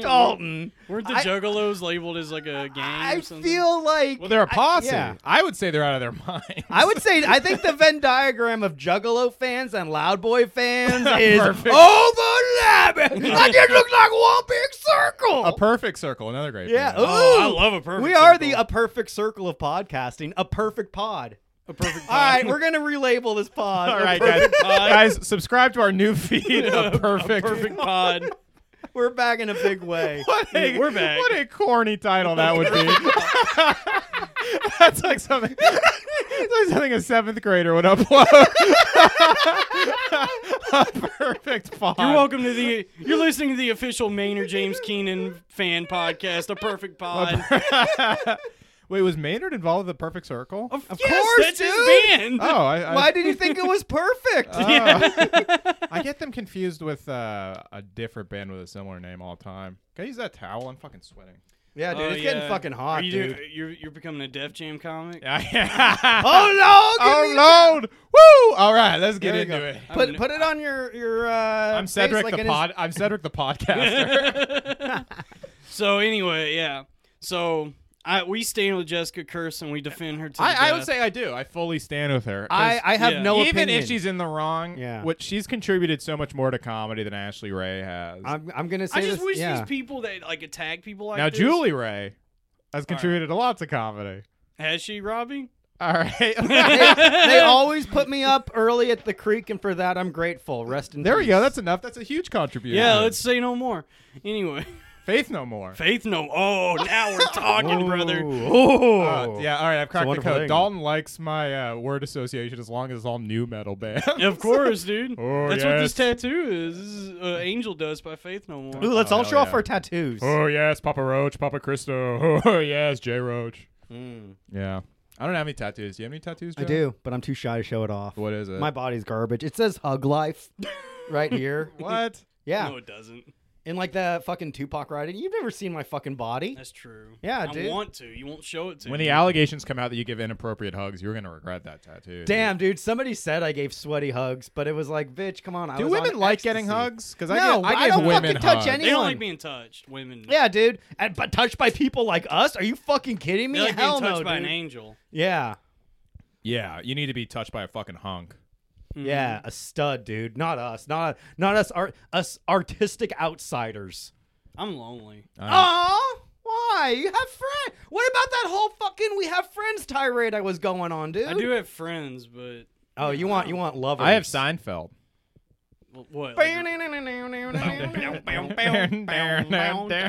Speaker 2: Dalton.
Speaker 4: weren't the
Speaker 2: I-
Speaker 4: juggalos labeled as like a gang
Speaker 2: I
Speaker 4: or something
Speaker 2: feel like
Speaker 3: Well, they're a
Speaker 2: I-
Speaker 3: posse. I,
Speaker 2: yeah.
Speaker 3: would say they're out of their mind.
Speaker 2: I would say I think the Venn diagram of Juggalo fans and Loud Boy fans is
Speaker 3: Perfect.
Speaker 2: overlapping.
Speaker 4: Oh,
Speaker 2: I just look like one big circle.
Speaker 3: a perfect circle, another great.
Speaker 2: yeah.
Speaker 3: band.
Speaker 4: Oh, I
Speaker 2: Ooh.
Speaker 4: love a perfect
Speaker 2: We are the
Speaker 4: circle.
Speaker 2: a perfect circle of podcasting. A perfect pod.
Speaker 4: a perfect
Speaker 2: All right, we're gonna relabel this pod.
Speaker 3: All
Speaker 2: A
Speaker 3: right,
Speaker 2: per-
Speaker 3: guys. guys, subscribe to our new feed. of perfect.
Speaker 4: perfect pod
Speaker 2: We're back in a big way.
Speaker 3: What a,
Speaker 4: We're back.
Speaker 3: What a corny title that would be. That's like something. That's like something a seventh grader would upload. a perfect font.
Speaker 4: You're welcome to the. You're listening to the official Maynard James Keenan fan podcast, a perfect pod.
Speaker 3: Wait, was Maynard involved with the perfect circle?
Speaker 4: Of,
Speaker 2: course,
Speaker 4: that's
Speaker 2: dude.
Speaker 4: his band.
Speaker 3: Oh, I, I,
Speaker 2: Why did you think it was perfect?
Speaker 4: Uh,
Speaker 3: Oh. I get them confused with uh, a different band with a similar name all the time. Can I use that towel? I'm fucking sweating.
Speaker 2: yeah, dude,
Speaker 4: Oh,
Speaker 2: it's
Speaker 4: yeah.
Speaker 2: getting fucking
Speaker 4: Are
Speaker 2: hot,
Speaker 4: you,
Speaker 2: dude.
Speaker 4: You're, you're becoming a Def Jam comic.
Speaker 3: oh,
Speaker 2: Oh no! give me-
Speaker 3: Lord! Woo! All right, let's get
Speaker 2: There you
Speaker 3: into
Speaker 2: go.
Speaker 3: it.
Speaker 2: Put put it on your your. Uh,
Speaker 3: I'm
Speaker 2: face
Speaker 3: Cedric
Speaker 2: like
Speaker 3: the
Speaker 2: it is-
Speaker 3: pod. I'm Cedric the podcaster.
Speaker 4: so anyway, yeah. So I we stand with Jessica Curse and we defend her to the
Speaker 3: I, I would
Speaker 4: death.
Speaker 3: say I do. I fully stand with her. 'cause
Speaker 2: I, I have
Speaker 4: yeah.
Speaker 2: no
Speaker 3: even
Speaker 2: opinion.
Speaker 3: if she's in the wrong,
Speaker 2: Yeah.
Speaker 3: what she's contributed so much more to comedy than Ashley Ray has.
Speaker 2: I'm, I'm gonna say
Speaker 4: I just
Speaker 2: this.
Speaker 4: wish
Speaker 2: yeah.
Speaker 4: these people that like attack people like
Speaker 3: now
Speaker 4: this-
Speaker 3: Julie Ray has
Speaker 4: right.
Speaker 3: contributed a lot to comedy.
Speaker 4: has she Robbie?
Speaker 3: All
Speaker 2: they,
Speaker 3: right.
Speaker 2: they always put me up early at the creek, and for that I'm grateful. Rest in
Speaker 3: there we
Speaker 2: peace.
Speaker 3: go. That's enough. That's a huge contribution.
Speaker 4: Yeah, let's say no more. Anyway,
Speaker 3: Faith no more.
Speaker 4: Faith no. Oh, now we're talking, brother.
Speaker 2: Oh,
Speaker 3: Uh, yeah, all right. I've cracked the
Speaker 2: wonderful
Speaker 3: code.
Speaker 2: thing.
Speaker 3: Dalton likes my uh, word association as long as it's all new metal bands.
Speaker 4: Of course, dude.
Speaker 3: Oh,
Speaker 4: That's what this
Speaker 3: yes.
Speaker 4: tattoo is. This is uh, Angel Dust by Faith No More.
Speaker 2: Ooh, let's
Speaker 3: Oh,
Speaker 2: all
Speaker 3: hell
Speaker 2: show off
Speaker 3: yeah.
Speaker 2: our tattoos.
Speaker 3: oh yes, Papa Roach, Papa Cristo. Oh yes, J Roach. Hmm.
Speaker 2: Mm.
Speaker 3: Yeah. I don't have any tattoos. Do you have any tattoos?
Speaker 2: I
Speaker 3: Joe?
Speaker 2: do, but I'm too shy to show it off.
Speaker 3: What is it?
Speaker 2: My body's garbage. It says "Hug Life" right here.
Speaker 3: what?
Speaker 2: Yeah,
Speaker 4: No, it doesn't.
Speaker 2: and like the fucking Tupac ride. You've never seen my fucking body.
Speaker 4: That's true.
Speaker 2: Yeah,
Speaker 4: I
Speaker 2: dude.
Speaker 4: want to. You won't show it to
Speaker 3: When
Speaker 4: me.
Speaker 3: the allegations come out that you give inappropriate hugs, you're gonna regret that tattoo. dude.
Speaker 2: Damn, dude. Somebody said I gave sweaty hugs, but it was like, bitch, come on. I
Speaker 3: Do
Speaker 2: was on
Speaker 3: women like
Speaker 2: ecstasy.
Speaker 3: getting hugs? Because I,
Speaker 2: No,
Speaker 3: get- I,
Speaker 2: I
Speaker 3: gave
Speaker 2: don't
Speaker 3: women
Speaker 2: fucking touch
Speaker 3: hugs.
Speaker 2: any-
Speaker 4: they don't like
Speaker 2: anyone-
Speaker 4: being touched, women.
Speaker 2: Yeah, dude. And but touched by people like us? Are you fucking kidding
Speaker 4: They
Speaker 2: me?
Speaker 4: like
Speaker 2: Hell
Speaker 4: being
Speaker 2: no,
Speaker 4: touched by
Speaker 2: dude.
Speaker 4: an angel.
Speaker 2: Yeah,
Speaker 3: Yeah, you need to be touched by a fucking hunk.
Speaker 4: Mhm.
Speaker 2: yeah,
Speaker 3: Mm-hmm.
Speaker 2: a stud, dude. Not us. Not not us. Art, us artistic outsiders.
Speaker 4: I'm lonely.
Speaker 3: Uh,
Speaker 2: Oh, why? You have friends. What about that whole fucking we have friends tirade I was going on, dude?
Speaker 4: I do have friends, but
Speaker 2: Oh, you want you want lovers?
Speaker 3: I have Seinfeld.
Speaker 4: well, what? like-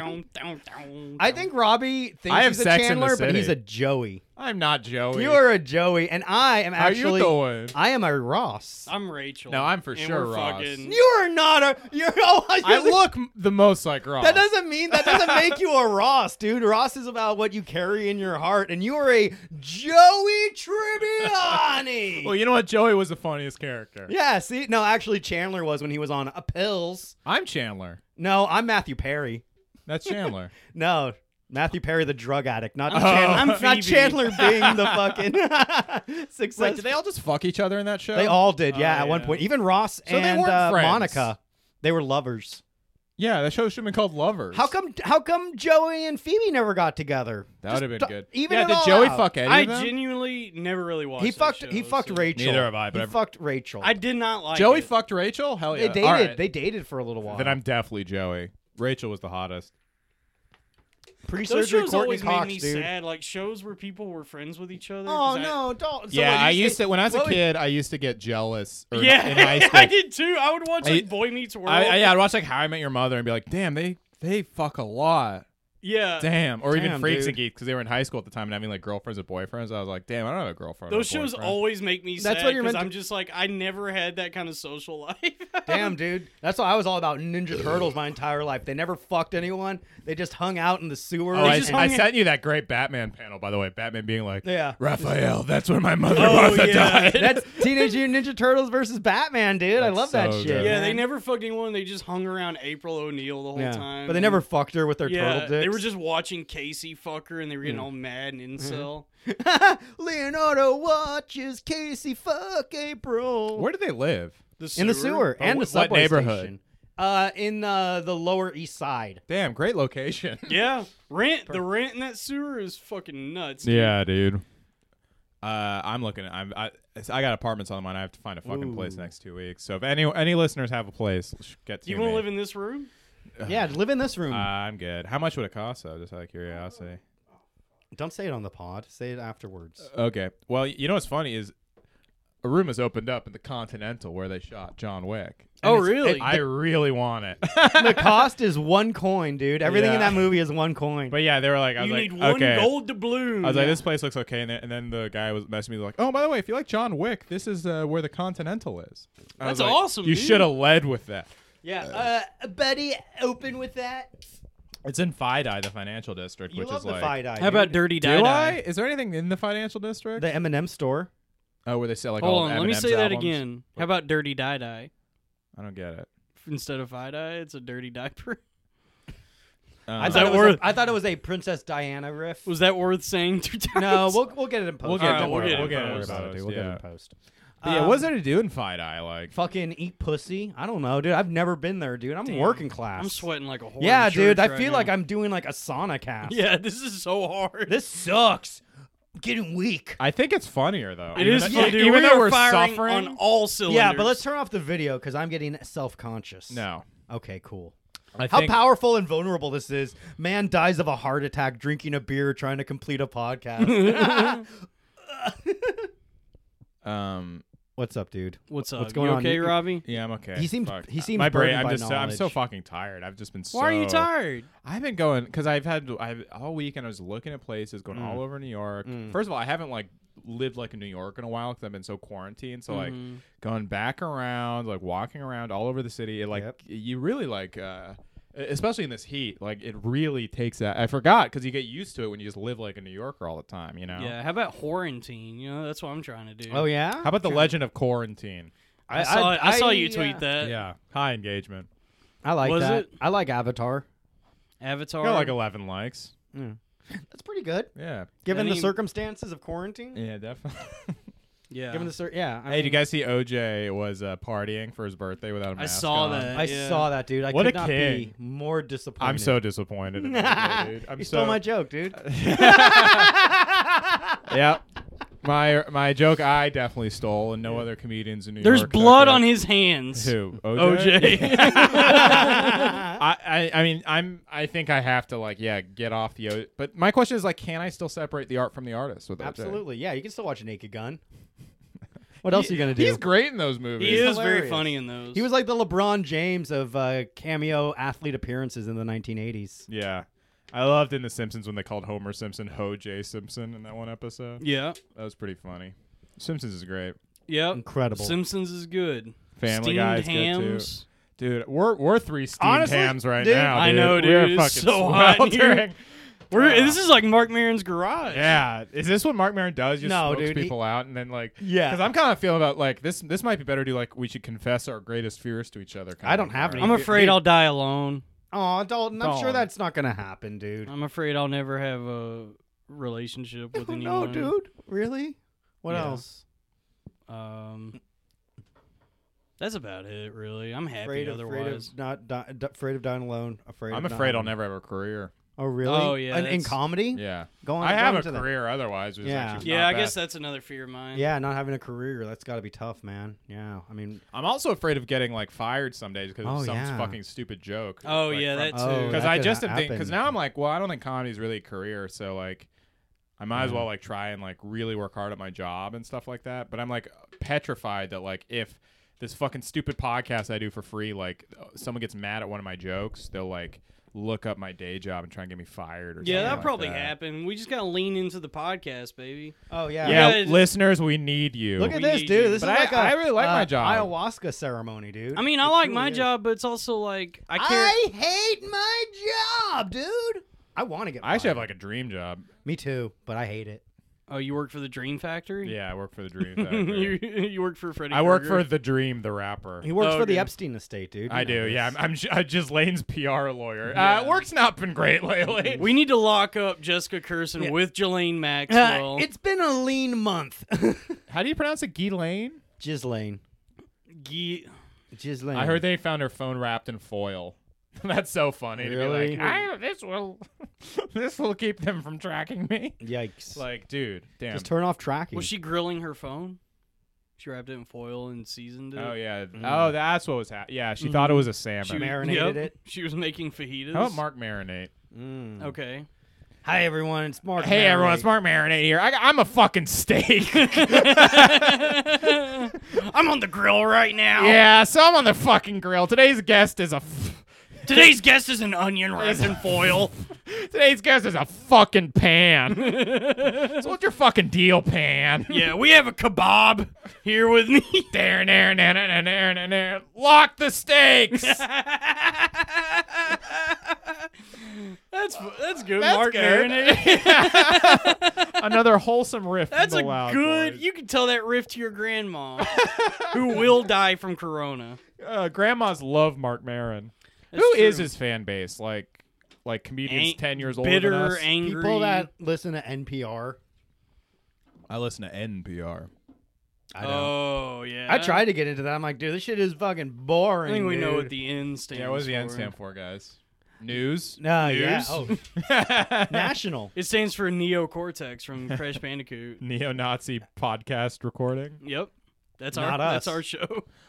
Speaker 2: I think Robbie thinks
Speaker 3: I have
Speaker 2: he's a
Speaker 3: Sex in the
Speaker 2: Chandler, but
Speaker 3: City.
Speaker 2: he's a Joey.
Speaker 3: I'm not Joey.
Speaker 2: You are a Joey, and I am
Speaker 3: How
Speaker 2: actually.
Speaker 3: you doing?
Speaker 2: I am a Ross.
Speaker 4: I'm Rachel.
Speaker 3: No, I'm for
Speaker 4: and
Speaker 3: sure
Speaker 4: we're
Speaker 3: Ross.
Speaker 4: Fucking,
Speaker 2: You are not a. You're. Oh, you're
Speaker 3: I
Speaker 2: the-
Speaker 3: look m- the most like Ross.
Speaker 2: That doesn't mean that doesn't make you a Ross, dude. Ross is about what you carry in your heart, and you are a Joey Tribbiani.
Speaker 3: Well, you know what? Joey was the funniest character.
Speaker 2: Yeah, see, no, actually, Chandler was when he was on a pills.
Speaker 3: I'm Chandler.
Speaker 2: No, I'm Matthew Perry.
Speaker 3: That's Chandler.
Speaker 2: No, Matthew Perry, the drug addict, not
Speaker 3: Oh,
Speaker 4: I'm
Speaker 2: Chandler.
Speaker 4: Chan-
Speaker 2: not
Speaker 4: I'm
Speaker 2: Chandler
Speaker 4: Phoebe.
Speaker 2: being the fucking success.
Speaker 3: Wait, did they all just fuck each other in that show?
Speaker 2: They all did, yeah.
Speaker 4: Oh,
Speaker 2: at one
Speaker 4: yeah.
Speaker 2: point, even Ross
Speaker 3: they
Speaker 2: and
Speaker 3: weren't
Speaker 2: uh,
Speaker 3: friends.
Speaker 2: Monica, they were lovers.
Speaker 3: Yeah, that show should have been called Lovers.
Speaker 2: How come? How come Joey and Phoebe never got together?
Speaker 3: That would have been
Speaker 2: Just-
Speaker 3: good.
Speaker 2: Even
Speaker 3: yeah,
Speaker 2: it
Speaker 3: did
Speaker 2: all
Speaker 3: Joey
Speaker 2: out.
Speaker 3: fuck any
Speaker 4: I
Speaker 3: of them?
Speaker 4: genuinely never really watched.
Speaker 2: He
Speaker 4: that
Speaker 2: fucked.
Speaker 4: show,
Speaker 2: he fucked
Speaker 4: so-
Speaker 2: Rachel.
Speaker 3: Neither have I, but
Speaker 2: he
Speaker 3: I've-
Speaker 2: fucked Rachel.
Speaker 4: I did not like
Speaker 3: Joey
Speaker 4: it.
Speaker 3: fucked Rachel. Hell
Speaker 2: they
Speaker 3: yeah.
Speaker 2: dated.
Speaker 3: All right.
Speaker 2: They dated for a little while.
Speaker 3: Then I'm definitely Joey. Rachel was the hottest.
Speaker 2: pre-surgery
Speaker 4: Those shows
Speaker 2: Courtney
Speaker 4: always
Speaker 2: Cox,
Speaker 4: made me
Speaker 2: dude.
Speaker 4: sad. Like shows where people were friends with each other.
Speaker 2: Oh
Speaker 4: 'cause I-
Speaker 2: no, don't. So
Speaker 3: yeah,
Speaker 2: what, you
Speaker 3: I
Speaker 2: stay-
Speaker 3: used to when I was a
Speaker 2: what would-
Speaker 3: kid. I used to get jealous. Or
Speaker 4: Yeah,
Speaker 3: in high
Speaker 4: I
Speaker 3: school.
Speaker 4: did too. I would watch
Speaker 3: I-
Speaker 4: like Boy Meets World.
Speaker 3: I, I, yeah, I'd watch like How I Met Your Mother and be like, damn, they they fuck a lot.
Speaker 4: yeah.
Speaker 3: Damn. Or even
Speaker 2: Damn,
Speaker 3: Freaks
Speaker 2: dude.
Speaker 3: and Geeks because they were in high school at the time and having like girlfriends and boyfriends. I was like, damn, I don't have a girlfriend. or
Speaker 4: Those shows
Speaker 3: boyfriend.
Speaker 4: always make me sad
Speaker 2: That's what you're meant to-
Speaker 4: I'm just like I never had that kind of social life.
Speaker 2: Damn, dude. That's why I was all about Ninja Turtles my entire life. They never fucked anyone. They just hung out in the sewer.
Speaker 3: Oh, I,
Speaker 4: just
Speaker 3: I
Speaker 4: hung-
Speaker 3: sent you that great Batman panel, by the way. Batman being like,
Speaker 2: Yeah.
Speaker 3: Raphael, that's where my mother
Speaker 4: Oh,
Speaker 3: Martha
Speaker 4: yeah.
Speaker 3: died.
Speaker 2: That's Teenage Mutant Ninja Turtles versus Batman, dude. I
Speaker 3: That's
Speaker 2: love that
Speaker 3: so
Speaker 2: shit.
Speaker 3: good.
Speaker 4: yeah, they
Speaker 2: man.
Speaker 4: never fucked anyone. They just hung around April O'Neil the whole
Speaker 2: Yeah.
Speaker 4: time.
Speaker 2: But they never fucked her with their
Speaker 4: Yeah,
Speaker 2: turtle dicks.
Speaker 4: they were just watching Casey fuck her, and they were
Speaker 3: Hmm.
Speaker 4: getting all mad and
Speaker 3: Mm-hmm.
Speaker 4: incel.
Speaker 2: Leonardo watches Casey fuck April.
Speaker 3: Where do they live?
Speaker 2: in the sewer
Speaker 3: But
Speaker 2: and the
Speaker 3: wh- what
Speaker 2: subway
Speaker 3: neighborhood?
Speaker 2: station. Uh, in uh, the Lower East Side.
Speaker 3: Damn, great location.
Speaker 4: Yeah, rent. The rent in that sewer is fucking nuts. dude.
Speaker 3: Yeah, dude. Uh, I'm looking. at- I'm, I I got apartments on mine. I have to find a fucking place
Speaker 2: Ooh.
Speaker 3: next two weeks. So if any any listeners have a place, sh- get to
Speaker 4: You
Speaker 3: me.
Speaker 4: want to live in this room?
Speaker 2: Yeah, live in this room.
Speaker 3: Uh, I'm good. How much would it cost though? Just out of curiosity.
Speaker 2: Don't say it on the pod. Say it afterwards.
Speaker 3: Okay. Well, you know what's funny is a room has opened up in the Continental where they shot John Wick.
Speaker 4: Oh,
Speaker 3: it's-
Speaker 4: really?
Speaker 3: it- I really want it.
Speaker 2: the cost is one coin, dude. Everything in
Speaker 3: Yeah.
Speaker 2: that movie is one coin.
Speaker 3: but yeah, they were like, I was
Speaker 4: you
Speaker 3: like,
Speaker 4: need one
Speaker 3: okay.
Speaker 4: gold doubloon.
Speaker 3: I was like, this place looks okay, and then, and then the guy was messaging me like, "Oh, by the way, if you like John Wick, this is uh, where the Continental is." I was
Speaker 4: That's
Speaker 3: like,
Speaker 4: awesome,
Speaker 3: You
Speaker 4: dude."
Speaker 3: should have led with that.
Speaker 2: Yeah, uh, buddy, open with that.
Speaker 3: It's in Fidei, the financial district,
Speaker 2: You
Speaker 3: which
Speaker 2: love
Speaker 3: is
Speaker 2: the
Speaker 3: like.
Speaker 2: fight eye.
Speaker 4: How about Dirty
Speaker 3: Do
Speaker 4: Dada?
Speaker 3: I? Is there anything in the financial district?
Speaker 2: the M&M store?
Speaker 3: oh, where they sell like all
Speaker 4: Hold on, let me
Speaker 3: M&M's
Speaker 4: say that
Speaker 3: albums?
Speaker 4: again. How about Dirty Die Die?
Speaker 3: I don't get it.
Speaker 4: Instead of I Die, it's a Dirty Diaper.
Speaker 3: Um,
Speaker 2: I
Speaker 4: Is
Speaker 2: thought,
Speaker 4: that
Speaker 2: it was
Speaker 4: worth-
Speaker 2: a, I thought it was a Princess Diana riff.
Speaker 4: Was that worth saying two times?
Speaker 2: no, we'll, we'll get it in post.
Speaker 3: we'll get
Speaker 4: Alright,
Speaker 3: don't
Speaker 4: we'll
Speaker 3: worry
Speaker 4: get
Speaker 3: about
Speaker 4: it
Speaker 3: it.
Speaker 4: in
Speaker 3: We'll get it
Speaker 4: post.
Speaker 2: Don't
Speaker 3: in
Speaker 2: worry about it, dude. We'll
Speaker 3: post,
Speaker 2: get it
Speaker 3: yeah.
Speaker 2: in post.
Speaker 3: But yeah,
Speaker 4: Um,
Speaker 3: what's there to do in Fight Eye? Like,
Speaker 2: Fucking eat pussy. I don't know, dude. I've never been there, dude. I'm
Speaker 4: Damn.
Speaker 2: working class.
Speaker 4: I'm sweating like a whore. in
Speaker 2: Yeah, dude.
Speaker 4: church
Speaker 2: I
Speaker 4: right
Speaker 2: feel
Speaker 4: now.
Speaker 2: like I'm doing like a sauna cast.
Speaker 4: Yeah, this is so hard.
Speaker 2: This sucks. I'm getting weak.
Speaker 3: I think it's funnier though.
Speaker 4: It
Speaker 3: Even
Speaker 4: is
Speaker 3: though-
Speaker 4: fun, dude.
Speaker 3: even
Speaker 4: we
Speaker 3: though
Speaker 4: are
Speaker 3: we're
Speaker 4: firing
Speaker 3: suffering
Speaker 4: on all cylinders.
Speaker 2: Yeah, but let's turn off the video because I'm getting self conscious.
Speaker 3: No,
Speaker 2: Okay, cool.
Speaker 3: I
Speaker 2: How
Speaker 3: think
Speaker 2: powerful and vulnerable this is. Man dies of a heart attack drinking a beer trying to complete a podcast.
Speaker 3: um
Speaker 2: What's up, dude?
Speaker 4: What's up?
Speaker 2: What's going
Speaker 4: you
Speaker 2: on?
Speaker 4: Okay,
Speaker 2: You-
Speaker 4: Robbie.
Speaker 3: yeah, I'm okay.
Speaker 2: He seems-
Speaker 3: Fuck.
Speaker 2: he seems
Speaker 3: my brain.
Speaker 2: burdened
Speaker 3: I'm
Speaker 2: by
Speaker 3: just so- I'm so
Speaker 2: knowledge.
Speaker 3: fucking tired. I've just been.
Speaker 4: Why are you
Speaker 3: so-
Speaker 4: tired?
Speaker 3: I've been going because I've had I've, all weekend. I was looking at places, going all over New York. First of all, I haven't like lived like in New York in a while because I've been so quarantined. So like going back around, like walking around all over the city, it like
Speaker 2: Yep.
Speaker 3: you really like. uh Especially in this heat, like it really takes that. I forgot because you get used to it when you just live like a New Yorker all the time, you know.
Speaker 4: Yeah. How about quarantine? You know, that's what I'm trying to do.
Speaker 2: Oh yeah.
Speaker 3: How about the legend of quarantine?
Speaker 4: I, saw. it- I, saw you tweet
Speaker 2: uh,
Speaker 4: that.
Speaker 3: high engagement.
Speaker 2: I like
Speaker 4: Was
Speaker 2: that.
Speaker 4: it?
Speaker 2: I like Avatar.
Speaker 4: Avatar.
Speaker 3: Got like 11 likes.
Speaker 2: That's pretty good,
Speaker 3: Yeah.
Speaker 2: given
Speaker 4: Any-
Speaker 2: the circumstances of quarantine.
Speaker 3: Yeah, definitely.
Speaker 4: yeah.
Speaker 2: Given the cir- yeah. I
Speaker 3: hey, did you
Speaker 2: mean,
Speaker 3: guys see OJ was uh, partying for his birthday without a
Speaker 4: I
Speaker 3: mask?
Speaker 4: saw
Speaker 3: on?
Speaker 4: that.
Speaker 2: I
Speaker 4: yeah.
Speaker 2: saw that, dude. I
Speaker 3: What
Speaker 2: could
Speaker 3: a
Speaker 2: not
Speaker 3: king.
Speaker 2: be more disappointed.
Speaker 3: I'm so disappointed. in OJ, dude. I'm
Speaker 2: you
Speaker 3: so
Speaker 2: stole my joke, dude.
Speaker 3: Yep. My my joke I definitely stole, and no other comedians in New
Speaker 4: There's
Speaker 3: York.
Speaker 4: blood on his hands.
Speaker 3: Who?
Speaker 4: OJ.
Speaker 3: I, I I mean I'm I think I have to like yeah get off the O- but my question is like can I still separate the art from the artist with OJ?
Speaker 2: Absolutely, yeah. You can still watch Naked Gun. What else are you gonna do?
Speaker 3: He's great in those movies.
Speaker 4: he is very
Speaker 2: hilarious.
Speaker 4: funny in those.
Speaker 2: He was like the LeBron James of uh, cameo athlete appearances in the 1980s.
Speaker 3: Yeah. I loved in The Simpsons when they called Homer Simpson Ho J Simpson in that one episode.
Speaker 4: Yeah.
Speaker 3: That was pretty funny. Simpsons is great.
Speaker 4: Yep.
Speaker 2: Incredible.
Speaker 4: Simpsons is good.
Speaker 3: Family
Speaker 4: Steamed
Speaker 3: Guy is
Speaker 4: hams.
Speaker 3: good too. Dude, we're we're three steamed
Speaker 2: Honestly,
Speaker 3: hams right
Speaker 2: dude,
Speaker 3: now.
Speaker 4: I know, dude.
Speaker 3: We're
Speaker 4: It's
Speaker 3: fucking
Speaker 4: so hot in here.
Speaker 3: sweltering.
Speaker 4: We're, this is like Mark Maron's garage.
Speaker 3: Yeah. Is this what Mark Maron does? Just
Speaker 2: No,
Speaker 3: smokes
Speaker 2: dude, he-
Speaker 3: people out and then like
Speaker 2: Yeah.
Speaker 3: Because I'm kind of feeling about like this. This might be better. Do like we should confess our greatest fears to each other. kinda
Speaker 2: I don't have
Speaker 3: thing.
Speaker 2: any.
Speaker 4: I'm afraid I'll die alone.
Speaker 2: Oh, Dalton, I'm sure
Speaker 3: Dalton.
Speaker 2: that's not gonna happen, dude.
Speaker 4: I'm afraid I'll never have a relationship with
Speaker 2: Oh, no,
Speaker 4: anyone.
Speaker 2: dude. Really? What
Speaker 4: Yeah.
Speaker 2: else?
Speaker 4: Um, that's about it, really. I'm happy
Speaker 2: Afraid of, afraid
Speaker 4: otherwise.
Speaker 2: of not di- d- afraid of dying alone. Afraid.
Speaker 3: I'm
Speaker 2: of not
Speaker 3: afraid I'll
Speaker 2: having-
Speaker 3: never have a career.
Speaker 2: Oh, really?
Speaker 4: Oh, yeah,
Speaker 2: In, in
Speaker 4: that's-
Speaker 2: comedy?
Speaker 3: Yeah.
Speaker 2: Go on.
Speaker 3: I
Speaker 2: go
Speaker 3: have a
Speaker 2: into that.
Speaker 3: career otherwise. which is
Speaker 2: Yeah.
Speaker 3: actually
Speaker 4: yeah,
Speaker 3: not
Speaker 4: I
Speaker 3: bad.
Speaker 4: guess that's another fear of mine.
Speaker 2: Yeah, not having a career. That's got to be tough, man. Yeah. I mean,
Speaker 3: I'm also afraid of getting like fired some days because
Speaker 2: Oh,
Speaker 3: of some
Speaker 2: yeah.
Speaker 3: fucking stupid joke.
Speaker 4: Oh, yeah, that too.
Speaker 2: oh,
Speaker 3: Because
Speaker 2: that
Speaker 3: I
Speaker 2: could
Speaker 3: just
Speaker 2: ha-
Speaker 3: am thinking. Because
Speaker 2: happen.
Speaker 3: now I'm like, well, I don't think comedy's really a career, so like, I might as well like try and like really work hard at my job and stuff like that. But I'm like petrified that like if this fucking stupid podcast I do for free, like uh, someone gets mad at one of my jokes, they'll like look up my day job and try and get me fired or
Speaker 4: Yeah,
Speaker 3: something
Speaker 4: that'll
Speaker 3: like
Speaker 4: probably
Speaker 3: that.
Speaker 4: happen. We just gotta lean into the podcast, baby.
Speaker 2: Oh yeah.
Speaker 3: Yeah,
Speaker 4: Yeah, it-
Speaker 3: listeners, we need you.
Speaker 2: Look at
Speaker 4: We
Speaker 2: this,
Speaker 4: need
Speaker 2: dude.
Speaker 4: you.
Speaker 2: This
Speaker 3: But
Speaker 2: is
Speaker 3: I-
Speaker 2: like a
Speaker 3: I really like my
Speaker 2: uh,
Speaker 3: job.
Speaker 2: ayahuasca ceremony, dude.
Speaker 4: I mean, I
Speaker 2: It
Speaker 4: like
Speaker 2: truly
Speaker 4: my
Speaker 2: is.
Speaker 4: job, but it's also like I can't.
Speaker 2: I hate my job, dude. I want to get.
Speaker 3: I actually have
Speaker 2: fired.
Speaker 3: like a dream job.
Speaker 2: Me too, but I hate it.
Speaker 4: Oh, you work for the Dream Factory?
Speaker 3: Yeah, I work for the Dream Factory.
Speaker 4: you, you work for Freddy.
Speaker 3: I work for
Speaker 4: Krueger?
Speaker 3: the Dream, the rapper.
Speaker 2: He works for
Speaker 4: Oh, dude.
Speaker 2: the Epstein estate, dude. You
Speaker 3: I
Speaker 2: know
Speaker 3: do,
Speaker 2: this.
Speaker 3: yeah. I'm, I'm j- uh, just Lane's PR lawyer.
Speaker 4: Yeah.
Speaker 3: Uh, work's not been great lately.
Speaker 4: We need to lock up Jessica Curson
Speaker 2: Yeah.
Speaker 4: with Jelaine Maxwell.
Speaker 2: Uh, it's been a lean month.
Speaker 3: How do you pronounce it? Ghislaine?
Speaker 2: Gislane.
Speaker 4: Ge-
Speaker 2: Gislane.
Speaker 3: I heard they found her phone wrapped in foil. That's so funny to
Speaker 2: Really?
Speaker 3: be like, I, this will, this will keep them from tracking me.
Speaker 2: Yikes.
Speaker 3: Like, um, dude, damn.
Speaker 2: Just turn off tracking.
Speaker 4: was she grilling her phone? She wrapped it in foil and seasoned it.
Speaker 3: oh yeah. Oh, that's what was happening. Yeah, Mm. she thought it was a salmon.
Speaker 4: She
Speaker 2: marinated it?
Speaker 4: She was making fajitas.
Speaker 3: How about Mark Marinate?
Speaker 2: Mm.
Speaker 4: Okay.
Speaker 2: Hi everyone, it's Mark.
Speaker 3: Hey
Speaker 2: Maron.
Speaker 3: everyone, it's Mark Marinate here. I, I'm a fucking steak.
Speaker 4: I'm on the grill right now.
Speaker 3: yeah, so I'm on the fucking grill. Today's guest is a. F-
Speaker 4: Today's guest is an onion wrapped in foil.
Speaker 3: Today's guest is a fucking pan. so what's your fucking deal, pan?
Speaker 4: yeah, we have a kebab here with me.
Speaker 3: There, there, there, there, there, there, there. Lock the stakes.
Speaker 4: that's that's good,
Speaker 3: That's
Speaker 4: Mark.
Speaker 3: good.
Speaker 4: Maron.
Speaker 3: Another wholesome riff.
Speaker 4: That's
Speaker 3: from
Speaker 4: a
Speaker 3: the Loud
Speaker 4: good.
Speaker 3: Boys.
Speaker 4: You can tell that riff to your grandma, who will die from corona.
Speaker 3: Uh, grandmas love Mark Maron. Who
Speaker 4: That's
Speaker 3: is
Speaker 4: true.
Speaker 3: his fan base? Like, like comedians
Speaker 4: Ang-
Speaker 3: ten years older
Speaker 4: bitter,
Speaker 3: than us.
Speaker 4: angry?
Speaker 2: People that listen to NPR.
Speaker 3: I listen to NPR.
Speaker 1: I don't.
Speaker 4: oh yeah.
Speaker 2: I tried to get into that. I'm like, dude, this shit is fucking
Speaker 4: I
Speaker 2: boring.
Speaker 4: think we know what
Speaker 2: dude.
Speaker 4: the N stands.
Speaker 3: Yeah, what does the N
Speaker 4: for.
Speaker 3: stand for, guys? News.
Speaker 2: No, yeah.
Speaker 4: News?
Speaker 2: Oh, national.
Speaker 4: It stands for neocortex from Crash Bandicoot.
Speaker 3: Neo-Nazi podcast recording.
Speaker 4: Yep. That's our
Speaker 2: Not
Speaker 4: that's
Speaker 2: us.
Speaker 4: our show.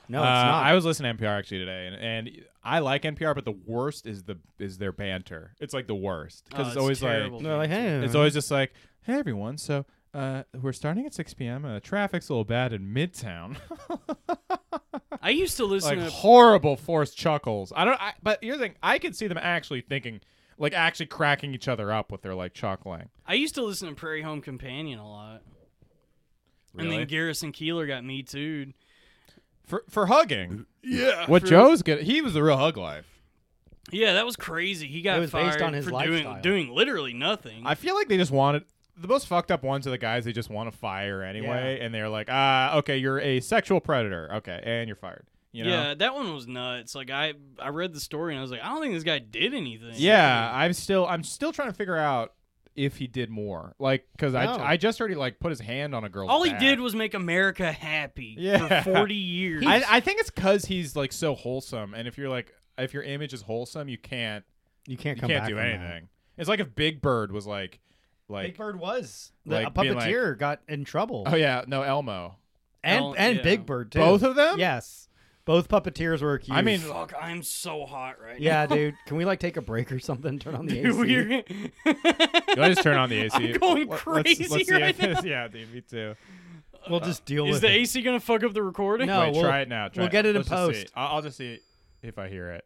Speaker 2: No, it's
Speaker 3: Uh,
Speaker 2: not.
Speaker 3: I was listening to NPR actually today, and, and I like NPR, but the worst is the is their banter. It's like the worst
Speaker 4: Oh,
Speaker 3: because it's
Speaker 4: it's
Speaker 3: always
Speaker 4: terrible.
Speaker 3: like
Speaker 2: They're like, hey,
Speaker 3: it's always just like, hey everyone, so uh, we're starting at 6 p.m. Uh, traffic's a little bad in Midtown,
Speaker 4: I used to listen
Speaker 3: like
Speaker 4: to
Speaker 3: horrible forced chuckles. I don't, I, but here's the thing, I could see them actually thinking, like actually cracking each other up with their like chuckling.
Speaker 4: I used to listen to Prairie Home Companion a lot. And
Speaker 3: Really?
Speaker 4: then Garrison Keeler got me too.
Speaker 3: For for hugging,
Speaker 4: Yeah.
Speaker 3: what Joe's good, he was the real hug life.
Speaker 4: Yeah, that was crazy. He got
Speaker 2: It was
Speaker 4: fired
Speaker 2: based on his
Speaker 4: for
Speaker 2: lifestyle.
Speaker 4: doing doing literally nothing.
Speaker 3: I feel like they just wanted the most fucked up ones are the guys they just want to fire anyway, and they're like, ah, okay, you're a sexual predator, okay, and you're fired. You know?
Speaker 4: Yeah, that one was nuts. Like I I read the story and I was like, I don't think this guy did anything.
Speaker 3: Yeah, I'm still I'm still trying to figure out if he did more, like, because
Speaker 2: No.
Speaker 3: I I just heard he like put his hand on a girl's.
Speaker 4: All he
Speaker 3: back.
Speaker 4: did was make America happy
Speaker 3: Yeah.
Speaker 4: for 40 years.
Speaker 3: I I think it's because he's like so wholesome, and if you're like if your image is wholesome, you can't
Speaker 2: you can't
Speaker 3: you
Speaker 2: come
Speaker 3: can't
Speaker 2: back
Speaker 3: do
Speaker 2: from that.
Speaker 3: anything. It's like if Big Bird was like like
Speaker 2: Big Bird was the,
Speaker 3: like,
Speaker 2: a
Speaker 3: being like-
Speaker 2: puppeteer got in trouble,
Speaker 3: oh yeah no Elmo
Speaker 2: and
Speaker 4: Oh,
Speaker 2: and
Speaker 4: yeah.
Speaker 2: Big Bird too.
Speaker 3: both of them
Speaker 2: Yes, both puppeteers were accused.
Speaker 3: I mean
Speaker 4: Fuck, I'm so hot right
Speaker 2: yeah, dude. Can we like take a break or something? Turn on the
Speaker 4: now.
Speaker 2: AC.
Speaker 4: We're-
Speaker 3: Do I just turn on the AC?
Speaker 4: I'm going
Speaker 3: Let-
Speaker 4: crazy
Speaker 3: let's, let's see
Speaker 4: right
Speaker 3: if
Speaker 4: now.
Speaker 3: it's- Yeah, dude, me too.
Speaker 2: We'll just deal
Speaker 4: Is
Speaker 2: with
Speaker 4: the
Speaker 2: it.
Speaker 4: AC gonna fuck up the recording?
Speaker 2: No,
Speaker 3: Wait,
Speaker 2: we'll-
Speaker 3: try it now. Try
Speaker 2: we'll get it in
Speaker 3: Let's just see.
Speaker 2: post.
Speaker 3: I'll, I'll just see if I hear it.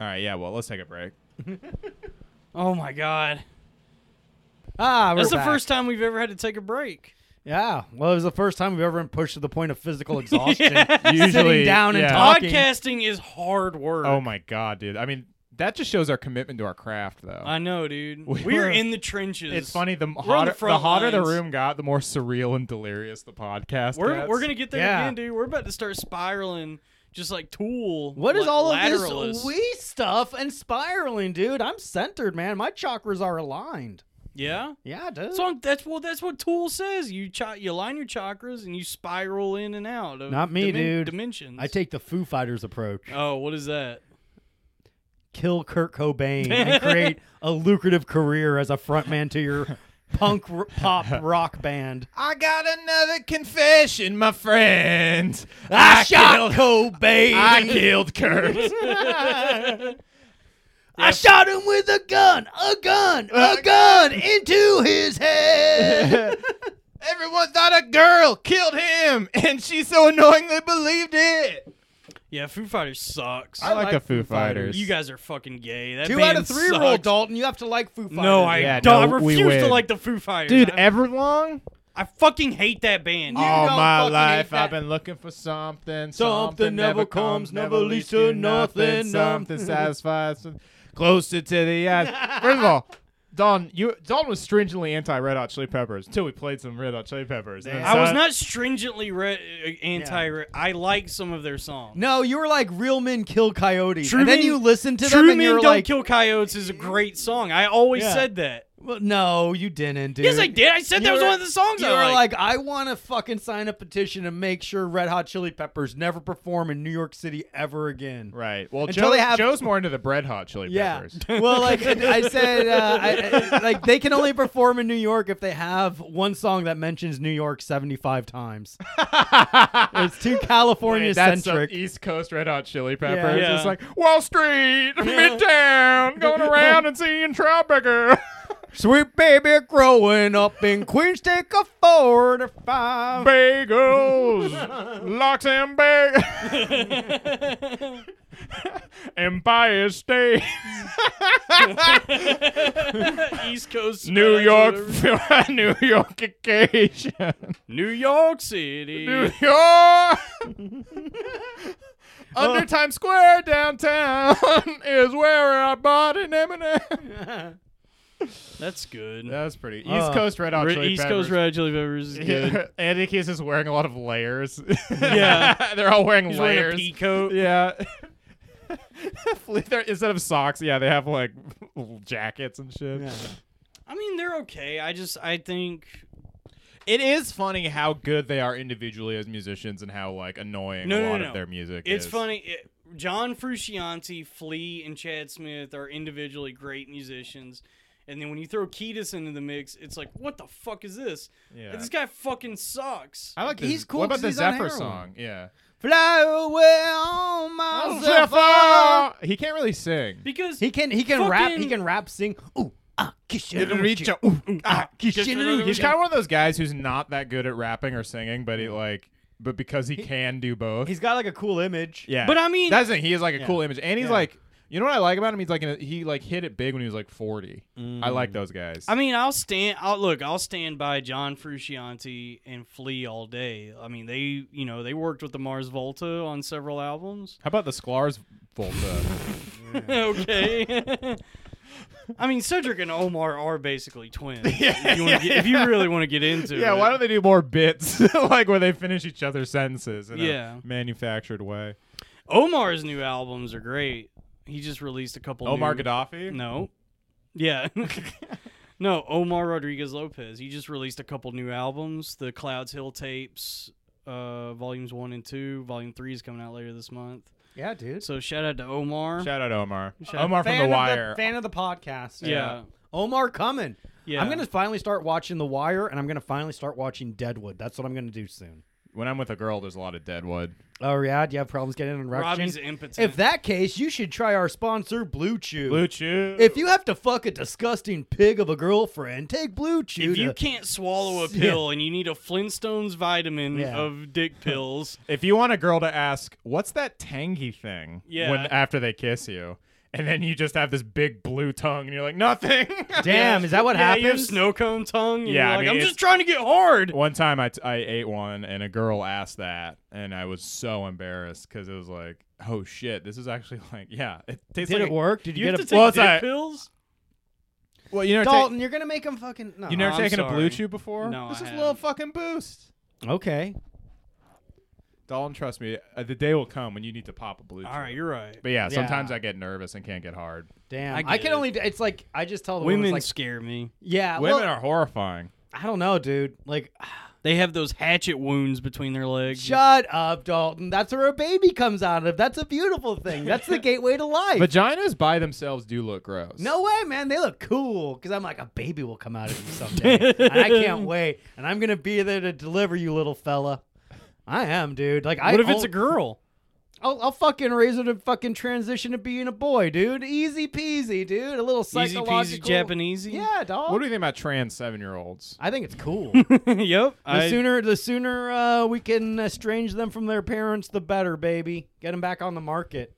Speaker 3: All right, yeah. Well, let's take a break.
Speaker 4: Oh my god.
Speaker 2: Ah, we're
Speaker 4: That's the
Speaker 2: back.
Speaker 4: first time we've ever had to take a break.
Speaker 2: Yeah, well, it was the first time we've ever been pushed to the point of physical exhaustion.
Speaker 3: Usually-
Speaker 2: sitting down
Speaker 3: yeah.
Speaker 2: and talking.
Speaker 4: Podcasting is hard work.
Speaker 3: Oh my god, dude. I mean, that just shows our commitment to our craft, though.
Speaker 4: I know, dude.
Speaker 3: We
Speaker 4: We're,
Speaker 3: were-
Speaker 4: in the trenches.
Speaker 3: it's funny. The
Speaker 4: We're on
Speaker 3: hotter
Speaker 4: the
Speaker 3: the,
Speaker 4: front
Speaker 3: hotter the
Speaker 4: lines.
Speaker 3: room got, the more surreal and delirious the podcast.
Speaker 4: We're
Speaker 3: gets.
Speaker 4: we're gonna get there
Speaker 2: Yeah.
Speaker 4: again, dude. We're about to start spiraling, just like Tool.
Speaker 2: What is
Speaker 4: like,
Speaker 2: all of
Speaker 4: lateralist.
Speaker 2: this we stuff and spiraling, dude? I'm centered, man. My chakras are aligned.
Speaker 4: Yeah.
Speaker 2: Yeah, dude.
Speaker 4: That's what, that's what that's what Tool says. You ch- you line your chakras and you spiral in and out. Of
Speaker 2: Not me,
Speaker 4: dimen-
Speaker 2: dude.
Speaker 4: Dimensions.
Speaker 2: I take the Foo Fighters approach.
Speaker 4: Oh, what is that?
Speaker 2: Kill Kurt Cobain and create a lucrative career as a frontman to your punk r- pop rock band.
Speaker 3: I got another confession, my friends.
Speaker 4: Ah,
Speaker 2: I, shot Cobain.
Speaker 3: I killed Kurt.
Speaker 2: I shot him with a gun, a gun,
Speaker 3: Uh,
Speaker 2: a gun into his head.
Speaker 3: Everyone thought a girl killed him, and she's so annoying they believed it.
Speaker 4: Yeah, Foo Fighters sucks.
Speaker 3: I, like, the Foo Fighters.
Speaker 4: you guys are fucking gay. That
Speaker 2: Two
Speaker 4: band
Speaker 2: out of three
Speaker 4: sucks.
Speaker 2: roll, Dalton. You have to like Foo Fighters.
Speaker 4: No, I
Speaker 3: Yeah,
Speaker 4: don't.
Speaker 3: no,
Speaker 4: I
Speaker 3: we
Speaker 4: refuse to
Speaker 3: win.
Speaker 4: like the Foo Fighters.
Speaker 3: dude,
Speaker 2: eh,
Speaker 4: I,
Speaker 3: Everlong.
Speaker 4: I fucking hate that band.
Speaker 2: You
Speaker 3: All
Speaker 2: don't
Speaker 3: my
Speaker 2: fucking
Speaker 3: life,
Speaker 2: hate that.
Speaker 3: I've been looking for something. Something,
Speaker 2: Something never comes, never leads to nothing.
Speaker 3: Something satisfies, some- closer to the edge. First of all. Don, you Don was stringently anti Red Hot Chili Peppers until we played some Red Hot Chili Peppers. And then
Speaker 4: I was
Speaker 3: sudden-
Speaker 4: not stringently re- uh, anti. I like some of their songs.
Speaker 2: No, you were like real men kill coyotes,
Speaker 4: True
Speaker 2: and then
Speaker 4: Men-
Speaker 2: you listen to
Speaker 4: True
Speaker 2: them, and
Speaker 4: Men
Speaker 2: you're
Speaker 4: Don't
Speaker 2: like,
Speaker 4: Kill Coyotes is a great song. I always
Speaker 2: Yeah.
Speaker 4: said that.
Speaker 2: well, "No, you didn't, dude."
Speaker 4: Yes, I did. I said
Speaker 2: You
Speaker 4: that was
Speaker 2: were-
Speaker 4: one of the songs
Speaker 2: You
Speaker 4: I
Speaker 2: were like,
Speaker 4: liked.
Speaker 2: "I want to fucking sign a petition to make sure Red Hot Chili Peppers never perform in New York City ever again."
Speaker 3: right. Well,
Speaker 2: Until
Speaker 3: Joe,
Speaker 2: they have-
Speaker 3: Joe's more into the Red Hot Chili
Speaker 2: Yeah.
Speaker 3: Peppers.
Speaker 2: well, like I said, uh, I, I- like they can only perform in New York if they have one song that mentions New York 75 times. It's too California
Speaker 3: Wait, that's e- some
Speaker 2: centric.
Speaker 3: East Coast Red Hot Chili Peppers.
Speaker 4: Yeah.
Speaker 3: It's like Wall Street, Midtown, going around and seeing Tribeca.
Speaker 2: Sweet baby growing up in Queens, take a four to five.
Speaker 3: Bagels, lox and bag, Empire State,
Speaker 4: East Coast,
Speaker 3: New
Speaker 4: Spanish,
Speaker 3: York,
Speaker 4: whatever.
Speaker 3: New York occasion,
Speaker 4: New York City.
Speaker 3: New York.
Speaker 4: Oh.
Speaker 3: Under Times Square downtown is where I bought an M&M.
Speaker 4: That's good.
Speaker 3: That's pretty. East
Speaker 2: Uh,
Speaker 3: Coast Red Hot
Speaker 4: Oh. Re-
Speaker 3: Chili
Speaker 4: East
Speaker 3: Peppers.
Speaker 4: Coast Red Chili Peppers is good.
Speaker 3: Yeah. Andy Kiss is wearing a lot of layers.
Speaker 4: Yeah.
Speaker 3: they're all wearing
Speaker 4: He's wearing a
Speaker 3: layers.
Speaker 4: pea coat.
Speaker 3: yeah. Fle- they're- Instead of socks, yeah, they have like jackets and shit.
Speaker 2: Yeah.
Speaker 4: I mean, they're okay. I just, I think
Speaker 3: It is funny how good they are individually as musicians and how like annoying
Speaker 4: No,
Speaker 3: a
Speaker 4: no,
Speaker 3: lot
Speaker 4: no,
Speaker 3: of
Speaker 4: no.
Speaker 3: their music
Speaker 4: It's
Speaker 3: is.
Speaker 4: funny. It, John Frusciante, Flea, and Chad Smith are individually great musicians. And then when you throw Kiedis into the mix, it's like, what the fuck is this?
Speaker 3: Yeah.
Speaker 4: This guy fucking sucks.
Speaker 3: I like
Speaker 2: He's
Speaker 3: this.
Speaker 2: cool
Speaker 3: What about
Speaker 2: 'cause
Speaker 3: the
Speaker 2: he's on
Speaker 3: Zephyr
Speaker 2: heroin.
Speaker 3: song? Yeah.
Speaker 1: Fly away on my Zephyr.
Speaker 3: Zephyr! He can't really sing.
Speaker 4: Because
Speaker 2: He can he can rap he
Speaker 4: Fucking-
Speaker 2: can rap sing. Ooh ah kiss your
Speaker 3: He's
Speaker 2: Gucci.
Speaker 3: ah, kind of one of those guys who's not that good at rapping or singing, but he like, but because he, can do both,
Speaker 2: He's got like a cool image.
Speaker 3: Yeah,
Speaker 4: But I mean-
Speaker 3: that's the thing. He is like a
Speaker 2: Yeah.
Speaker 3: cool image, and he's
Speaker 2: Yeah.
Speaker 3: like, you know what I like about him? He's like, in a, he like hit it big when he was like forty. I like those guys.
Speaker 4: I mean, I'll stand. I'll look. I'll stand by John Frusciante and Flea all day. I mean, they, you know, they worked with the Mars Volta on several albums.
Speaker 3: How about the Sklar's Volta? Mm.
Speaker 4: okay. I mean, Cedric and Omar are basically twins. if, you wanna get- if you really want to get into
Speaker 3: yeah,
Speaker 4: it.
Speaker 3: why don't they do more bits like where they finish each other's sentences in
Speaker 4: Yeah.
Speaker 3: a manufactured way?
Speaker 4: Omar's new albums are great. He just released a couple.
Speaker 3: Omar
Speaker 4: new-
Speaker 3: Gaddafi.
Speaker 4: No. Yeah. no, Omar Rodriguez Lopez. He just released a couple new albums, the Clouds Hill tapes, uh, volumes one and two. Volume three is coming out later this month.
Speaker 2: Yeah, dude.
Speaker 4: So shout out to Omar.
Speaker 3: Shout out Omar.
Speaker 4: Shout-
Speaker 3: Omar from The Wire.
Speaker 2: fan of the podcast.
Speaker 4: yeah.
Speaker 2: Omar coming.
Speaker 4: Yeah.
Speaker 2: I'm gonna finally start watching The Wire and I'm gonna finally start watching Deadwood. That's what I'm gonna do soon.
Speaker 3: when I'm with a girl, there's a lot of Deadwood.
Speaker 2: Oh yeah, do you have problems getting an erection?
Speaker 4: Robbie's impotent.
Speaker 2: If that case, you should try our sponsor, Blue Chew.
Speaker 3: Blue Chew.
Speaker 2: if you have to fuck a disgusting pig of a girlfriend, take Blue Chew.
Speaker 4: if you
Speaker 2: to-
Speaker 4: can't swallow a
Speaker 2: uh, Yeah.
Speaker 4: pill and you need a Flintstones vitamin
Speaker 2: Yeah.
Speaker 4: of dick pills,
Speaker 3: If you want a girl to ask, "What's that tangy thing?"
Speaker 4: Yeah.
Speaker 3: When after they kiss you, and then you just have this big blue tongue, and you're like, "Nothing."
Speaker 2: Damn, is that what
Speaker 4: yeah, you have
Speaker 2: happens?
Speaker 4: snow cone tongue. and
Speaker 3: Yeah,
Speaker 4: you're
Speaker 3: I
Speaker 4: like,
Speaker 3: mean,
Speaker 4: I'm
Speaker 3: it's-
Speaker 4: just trying to get hard.
Speaker 3: One time, I, t- I ate one, and a girl asked that, and I was so embarrassed because it was like, "Oh shit, this is actually like, yeah, it tastes
Speaker 2: Did
Speaker 3: like
Speaker 2: it
Speaker 3: a-
Speaker 2: work? Did
Speaker 4: You
Speaker 2: you,
Speaker 4: have
Speaker 2: get a
Speaker 4: to take
Speaker 3: well, it's
Speaker 4: dick
Speaker 3: like-
Speaker 4: pills?
Speaker 3: Well, you never
Speaker 2: Dalton? you're gonna make him fucking. No.
Speaker 3: you never
Speaker 4: I'm
Speaker 3: taken a blue
Speaker 4: sorry.
Speaker 3: chew before?
Speaker 4: No,
Speaker 3: this
Speaker 4: I
Speaker 3: is a little
Speaker 4: haven't.
Speaker 3: fucking boost.
Speaker 2: Oh, Okay.
Speaker 3: Dalton, trust me, uh, the day will come when you need to pop a blue chew.
Speaker 4: All right, you're right.
Speaker 3: But yeah, sometimes
Speaker 2: Yeah.
Speaker 3: I get nervous and can't get hard.
Speaker 2: Damn.
Speaker 4: I
Speaker 2: I,
Speaker 4: get
Speaker 2: can
Speaker 4: it.
Speaker 2: only. It's like I just tell the women
Speaker 4: Women
Speaker 2: like,
Speaker 4: scare me.
Speaker 2: yeah.
Speaker 3: Women
Speaker 2: Uh, well,
Speaker 3: are horrifying.
Speaker 2: I don't know, dude. Like,
Speaker 4: They have those hatchet wounds between their legs.
Speaker 2: shut up, Dalton. That's where a baby comes out of. That's a beautiful thing. That's the gateway to life.
Speaker 3: Vaginas by themselves do look gross.
Speaker 2: No way, man. They look cool. Because I'm like, a baby will come out of you someday. and I can't wait. And I'm going to be there to deliver you, little fella. I am, dude. Like, I,
Speaker 4: what if it's a
Speaker 2: I'll-
Speaker 4: girl?
Speaker 2: I'll, I'll fucking raise her to fucking transition to being a boy, dude. Easy peasy, dude. A little
Speaker 4: Easy
Speaker 2: psychological.
Speaker 4: peasy Japanesey.
Speaker 2: Yeah, dog.
Speaker 3: What do you think about trans seven year olds?
Speaker 2: I think it's cool.
Speaker 4: yep.
Speaker 2: The
Speaker 4: I,
Speaker 2: sooner, the sooner uh, we can estrange them from their parents, the better, baby. Get them back on the market.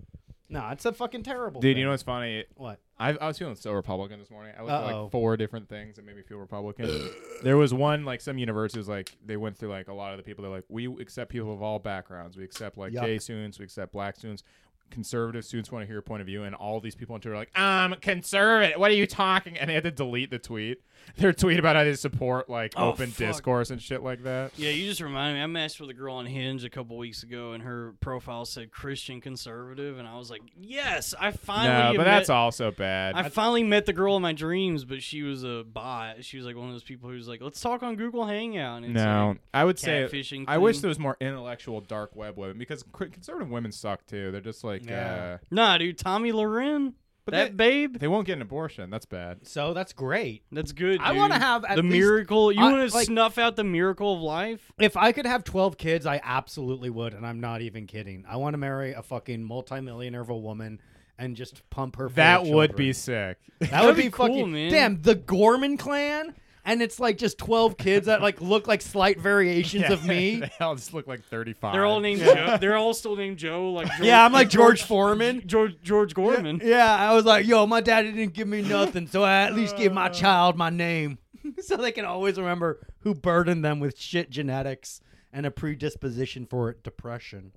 Speaker 2: No, it's a fucking terrible.
Speaker 3: Dude,
Speaker 2: thing.
Speaker 3: you know what's funny?
Speaker 2: what?
Speaker 3: I, I was feeling so Republican this morning. I looked at
Speaker 2: Uh-oh.
Speaker 3: like four different things that made me feel Republican. there was one like some university was like they went through like a lot of the people. They're like, we accept people of all backgrounds. We accept like
Speaker 2: Yuck.
Speaker 3: gay students. We accept black students. Conservative students want to hear a point of view, and all these people on Twitter are like, um, conservative. What are you talking? And they had to delete the tweet. Their tweet about how they support like
Speaker 4: Oh,
Speaker 3: open
Speaker 4: fuck.
Speaker 3: discourse and shit like that.
Speaker 4: yeah, you just reminded me. I messed with a girl on Hinge a couple weeks ago, and her profile said Christian conservative, and I was like, yes, I
Speaker 3: No,
Speaker 4: finally.
Speaker 3: but
Speaker 4: met-
Speaker 3: that's also bad.
Speaker 4: I finally met the girl in my dreams, but she was a bot. She was like one of those people who's like, "Let's talk on Google Hangout." And it's
Speaker 3: No,
Speaker 4: like,
Speaker 3: I would say
Speaker 4: catfishing
Speaker 3: I wish
Speaker 4: thing.
Speaker 3: there was more intellectual dark web women because c- conservative women suck too. They're just like
Speaker 2: Yeah.
Speaker 3: uh,
Speaker 4: nah, dude, Tommy Loren,
Speaker 3: But
Speaker 4: that
Speaker 3: they-
Speaker 4: babe,
Speaker 3: they won't get an abortion. That's bad.
Speaker 2: So that's great.
Speaker 4: that's good.
Speaker 2: I wanna
Speaker 4: dude.
Speaker 2: have at
Speaker 4: the
Speaker 2: least-
Speaker 4: miracle. You
Speaker 2: I-
Speaker 4: want to
Speaker 2: like-
Speaker 4: snuff out the miracle of life?
Speaker 2: If I could have 12 kids, I absolutely would, and I'm not even kidding. I want to marry a fucking multimillionaire of a woman and just pump her. full of
Speaker 3: That would
Speaker 2: children.
Speaker 3: be sick.
Speaker 2: that would
Speaker 4: That'd be
Speaker 2: be,
Speaker 4: cool,
Speaker 2: fucking
Speaker 4: man.
Speaker 2: damn the Gorman clan, and it's like just 12 kids that like look like slight variations of me.
Speaker 3: they all just look like thirty-five.
Speaker 4: They're all named Joe. They're all still named Joe. Like George,
Speaker 2: Yeah, I'm like George Foreman.
Speaker 4: George George Gorman.
Speaker 2: Yeah, I was like, yo, my daddy didn't give me nothing, so I at least gave
Speaker 4: Uh.
Speaker 2: my child my name, so they can always remember who burdened them with shit genetics and a predisposition for depression.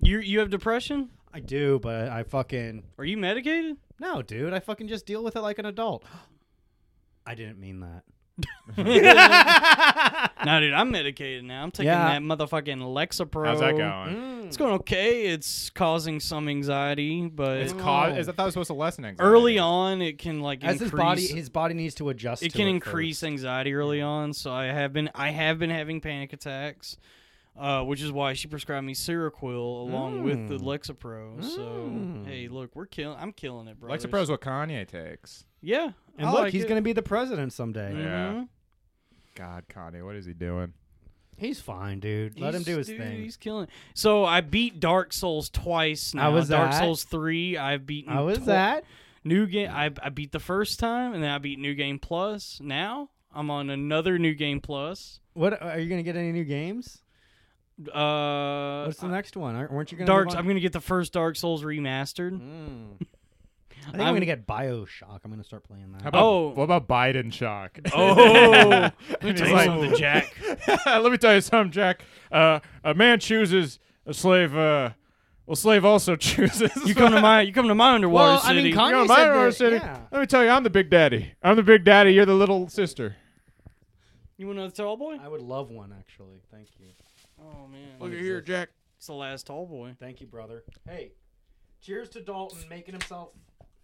Speaker 4: You you have depression?
Speaker 2: I do, but I fucking
Speaker 4: Are you medicated?
Speaker 2: No, dude, I fucking just deal with it like an adult. I didn't mean that.
Speaker 4: No, dude, I'm medicated now. I'm taking
Speaker 2: Yeah.
Speaker 4: that motherfucking Lexapro.
Speaker 3: How's that going?
Speaker 4: It's going okay. It's causing some anxiety, but
Speaker 3: It's cause. Is, I thought it was supposed to lessen anxiety.
Speaker 4: Oh. early on it can like
Speaker 2: As
Speaker 4: increase.
Speaker 2: his body, his body needs to adjust.
Speaker 4: it
Speaker 2: to
Speaker 4: can
Speaker 2: it
Speaker 4: increase anxiety early on. So I have been I have been having panic attacks, uh, which is why she prescribed me Seroquel along with
Speaker 2: Mm.
Speaker 4: the Lexapro. So hey, look, we're killing. I'm killing it, bro.
Speaker 3: Lexapro's what Kanye takes.
Speaker 4: Yeah,
Speaker 2: And
Speaker 4: Oh, I
Speaker 2: look,
Speaker 4: like
Speaker 2: he's
Speaker 4: it.
Speaker 2: gonna be the president someday.
Speaker 3: Yeah.
Speaker 4: Mhm.
Speaker 3: God, Kanye, what is he doing?
Speaker 2: He's fine, dude. Let him
Speaker 4: He's-
Speaker 2: do his
Speaker 4: dude,
Speaker 2: thing.
Speaker 4: He's killing. it. So I beat Dark Souls twice. Now
Speaker 2: How was
Speaker 4: Dark
Speaker 2: that?
Speaker 4: Souls three. I've beaten.
Speaker 2: How is
Speaker 4: twi-
Speaker 2: that?
Speaker 4: New game. I, I beat the first time, and then I beat New Game Plus. Now I'm on another New Game Plus.
Speaker 2: What are you gonna get? Any new games?
Speaker 4: Uh,
Speaker 2: What's the next one? Aren't weren't you gonna?
Speaker 4: Dark.
Speaker 2: move
Speaker 4: I'm
Speaker 2: on-
Speaker 4: gonna get the first Dark Souls remastered.
Speaker 2: Mm. I think I'm,
Speaker 4: I'm-
Speaker 2: gonna get Bioshock. I'm gonna start playing that.
Speaker 3: How about,
Speaker 4: Oh.
Speaker 3: What about Biden shock?
Speaker 4: Oh, let me
Speaker 3: And
Speaker 4: tell
Speaker 3: he's
Speaker 4: you
Speaker 3: like-
Speaker 4: something, Jack.
Speaker 3: Let me tell you something, Jack. Uh, a man chooses a slave. Uh, well, slave also chooses.
Speaker 4: You come to my. You come to my underwater
Speaker 2: Oh, Well, I
Speaker 4: city.
Speaker 2: mean, Kanye
Speaker 3: You know,
Speaker 2: said
Speaker 3: my
Speaker 2: that-
Speaker 3: Underwater city.
Speaker 2: yeah.
Speaker 3: Let me tell you, I'm the big daddy. I'm the big daddy. You're the little sister.
Speaker 4: you want another tall boy?
Speaker 2: I would love one actually. Thank you.
Speaker 4: Oh man,
Speaker 3: Jack.
Speaker 4: It's the last tall boy.
Speaker 2: Thank you, brother. Hey, cheers to Dalton making himself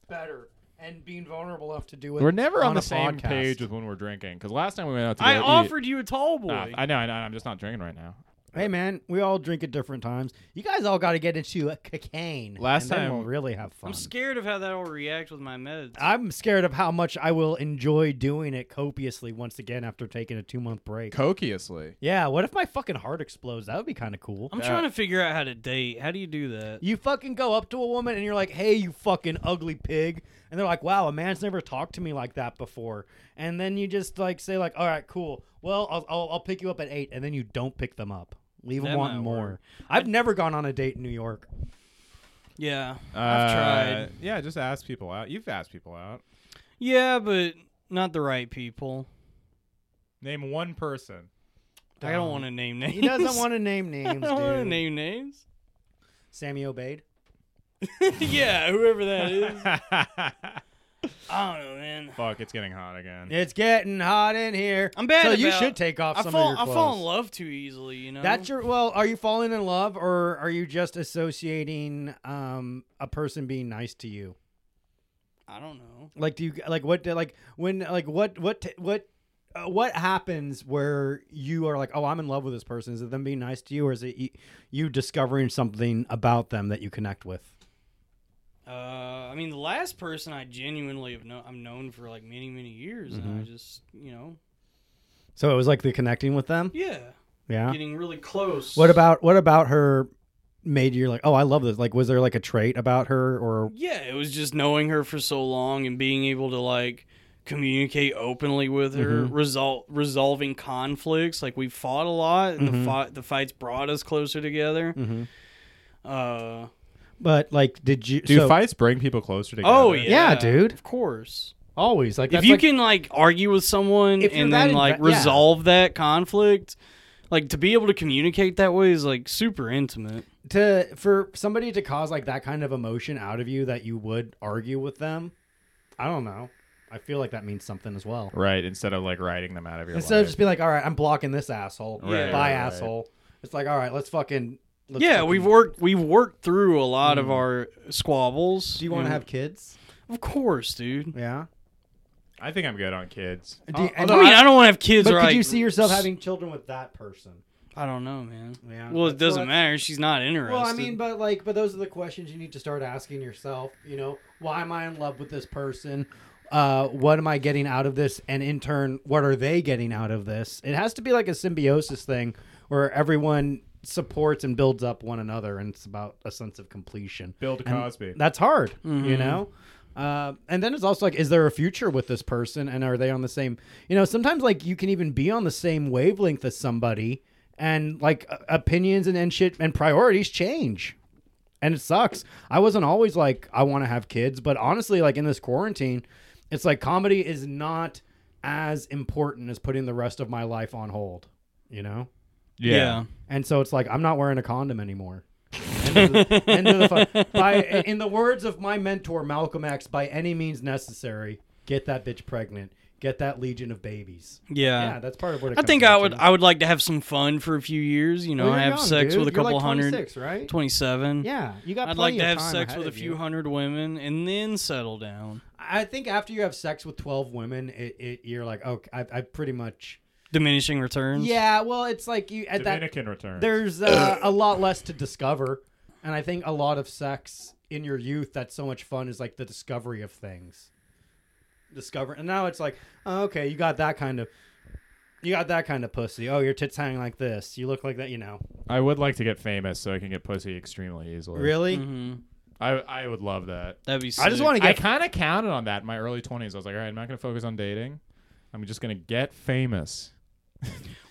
Speaker 2: better and being vulnerable enough to do it.
Speaker 3: We're never on,
Speaker 2: a
Speaker 3: the same
Speaker 2: podcast.
Speaker 3: page with when we're drinking. Because last time we went out to
Speaker 4: I
Speaker 3: go eat-
Speaker 4: offered you a tall boy.
Speaker 3: Nah, I know, I know. I'm just not drinking right now.
Speaker 2: Hey, man, we all drink at different times. You guys all got to get into a cocaine.
Speaker 3: Last
Speaker 2: and then
Speaker 3: time-
Speaker 2: we'll really have fun.
Speaker 4: I'm scared of how that'll react with my meds.
Speaker 2: I'm scared of how much I will enjoy doing it copiously once again after taking a two month break.
Speaker 3: Copiously.
Speaker 2: yeah, what if my fucking heart explodes? That would be kind of cool.
Speaker 4: I'm
Speaker 3: Uh,
Speaker 4: trying to figure out how to date. How do you do that?
Speaker 2: You fucking go up to a woman and you're like, "Hey, you fucking ugly pig," and they're like, "Wow, a man's never talked to me like that before." And then you just like say like, "All right, cool. Well, I'll I'll, I'll pick you up at eight. and then you don't pick them up. Leave them
Speaker 4: That
Speaker 2: wanting
Speaker 4: might
Speaker 2: more.
Speaker 4: work.
Speaker 2: I've never gone on a date in New York.
Speaker 4: Yeah,
Speaker 3: Uh,
Speaker 4: I've tried.
Speaker 3: Yeah, just ask people out. You've asked people out.
Speaker 4: Yeah, but not the right people.
Speaker 3: Name one person.
Speaker 4: I don't
Speaker 2: Dumb.
Speaker 4: want to name names.
Speaker 2: He doesn't want to name names,
Speaker 4: I don't want to
Speaker 2: dude.
Speaker 4: name names.
Speaker 2: Sammy obeyed.
Speaker 4: yeah, whoever that is.
Speaker 3: Fuck,
Speaker 4: I don't know, man.
Speaker 3: it's getting hot again.
Speaker 2: It's getting hot in here.
Speaker 4: I'm bad
Speaker 2: So you
Speaker 4: about-
Speaker 2: should take off
Speaker 4: I
Speaker 2: some
Speaker 4: fall.
Speaker 2: of your
Speaker 4: I
Speaker 2: clothes.
Speaker 4: fall in love too easily. You know.
Speaker 2: That's your well. Are you falling in love, or are you just associating um, a person being nice to you?
Speaker 4: I don't know.
Speaker 2: like do you like what like when like what what what uh, what happens where you are like oh i'm in love with this person is it them being nice to you or is it you, you discovering something about them that you connect with
Speaker 4: Uh, I mean, the last person I genuinely have known, I'm known for like many, many years,
Speaker 2: Mm-hmm.
Speaker 4: and I just, you know,
Speaker 2: so it was like the connecting with them
Speaker 4: yeah,
Speaker 2: yeah
Speaker 4: getting really close.
Speaker 2: what about what about her made you like oh i love this like was there like a trait about her or
Speaker 4: Yeah, it was just knowing her for so long and being able to like communicate openly with her,
Speaker 2: Mm-hmm.
Speaker 4: resol- resolving conflicts. Like we fought a lot, and
Speaker 2: Mm-hmm.
Speaker 4: the fight, the fights brought us closer together. Uh,
Speaker 2: but like did you
Speaker 3: Do
Speaker 2: so-
Speaker 3: fights bring people closer together?
Speaker 4: oh yeah,
Speaker 2: Yeah, dude.
Speaker 4: of course.
Speaker 2: always like
Speaker 4: if
Speaker 2: that's
Speaker 4: you
Speaker 2: like-
Speaker 4: can like argue with someone
Speaker 2: If you're
Speaker 4: and
Speaker 2: that
Speaker 4: then
Speaker 2: inve-
Speaker 4: like
Speaker 2: yeah.
Speaker 4: resolve that conflict, like to be able to communicate that way is like super intimate.
Speaker 2: to for somebody to cause like that kind of emotion out of you that you would argue with them i don't know i feel like that means something as well
Speaker 3: Right, instead of like writing them out of your
Speaker 2: Instead
Speaker 3: life.
Speaker 2: of just being like, all right, I'm blocking this asshole.
Speaker 4: Right,
Speaker 2: Bye,
Speaker 3: right,
Speaker 2: asshole. It's like, all right, let's fucking. Let's
Speaker 4: yeah,
Speaker 2: fucking- Mm.
Speaker 4: we've worked we've worked through a lot of our squabbles.
Speaker 2: Do you want to
Speaker 4: and-
Speaker 2: have kids?
Speaker 4: Of course, dude.
Speaker 2: Yeah.
Speaker 3: I think I'm good on kids.
Speaker 2: Do you, and-
Speaker 4: I mean, I, don't want to have kids.
Speaker 2: but
Speaker 4: or
Speaker 2: could
Speaker 4: like,
Speaker 2: you see yourself having children with that person?
Speaker 4: I don't know, man.
Speaker 2: Yeah.
Speaker 4: Well, it
Speaker 2: That's
Speaker 4: doesn't
Speaker 2: what-
Speaker 4: matter. She's not interested.
Speaker 2: Well, I mean, but like, but those are the questions you need to start asking yourself. You know, why am I in love with this person? Uh, what am I getting out of this? And in turn, what are they getting out of this? It has to be like a symbiosis thing where everyone supports and builds up one another, and it's about a sense of completion.
Speaker 3: Bill
Speaker 2: And
Speaker 3: Cosby.
Speaker 2: That's hard, you know. Uh, and then it's also like, is there a future with this person, and are they on the same? You know, sometimes like you can even be on the same wavelength as somebody, and like uh, opinions and, and shit and priorities change, and it sucks. I wasn't always like I want to have kids, but honestly, like in this quarantine, it's like comedy is not as important as putting the rest of my life on hold. You know.
Speaker 4: yeah.
Speaker 2: And so it's like I'm not wearing a condom anymore. End of the, end of the fu- by in the words of my mentor Malcolm X, by any means necessary, get that bitch pregnant. get that legion of babies.
Speaker 4: Yeah.
Speaker 2: Yeah, that's part of what it
Speaker 4: Uh, I
Speaker 2: comes
Speaker 4: think
Speaker 2: down
Speaker 4: I
Speaker 2: to.
Speaker 4: would I would like to have some fun for a few years, you know,
Speaker 2: Well, you're
Speaker 4: have
Speaker 2: young,
Speaker 4: sex
Speaker 2: dude.
Speaker 4: with a
Speaker 2: You're
Speaker 4: couple
Speaker 2: like
Speaker 4: hundred
Speaker 2: 26, right?
Speaker 4: 27.
Speaker 2: Yeah, you got.
Speaker 4: I'd like
Speaker 2: plenty
Speaker 4: to
Speaker 2: of
Speaker 4: have
Speaker 2: time
Speaker 4: sex
Speaker 2: ahead
Speaker 4: with a
Speaker 2: of
Speaker 4: few
Speaker 2: you.
Speaker 4: hundred women and then settle down.
Speaker 2: I think after you have sex with twelve women, it, it you're like, oh, I, I pretty much.
Speaker 4: Diminishing returns.
Speaker 2: Yeah, well, it's like you at that.
Speaker 3: Dominican return.
Speaker 2: There's uh, a lot less to discover, and I think a lot of sex in your youth that's so much fun is like the discovery of things. Discover, and now it's like, oh, okay, you got that kind of. You got that kind of pussy. Oh, your tits hanging like this. You look like that, you know.
Speaker 3: I would like to get famous so I can get pussy extremely easily.
Speaker 2: Really?
Speaker 4: hmm
Speaker 3: I I would love that.
Speaker 4: That'd be sick.
Speaker 2: I just want to
Speaker 3: I
Speaker 2: get
Speaker 3: kind of counted on that in my early 20s. I was like, all right, I'm not going to focus on dating. I'm just going to get famous.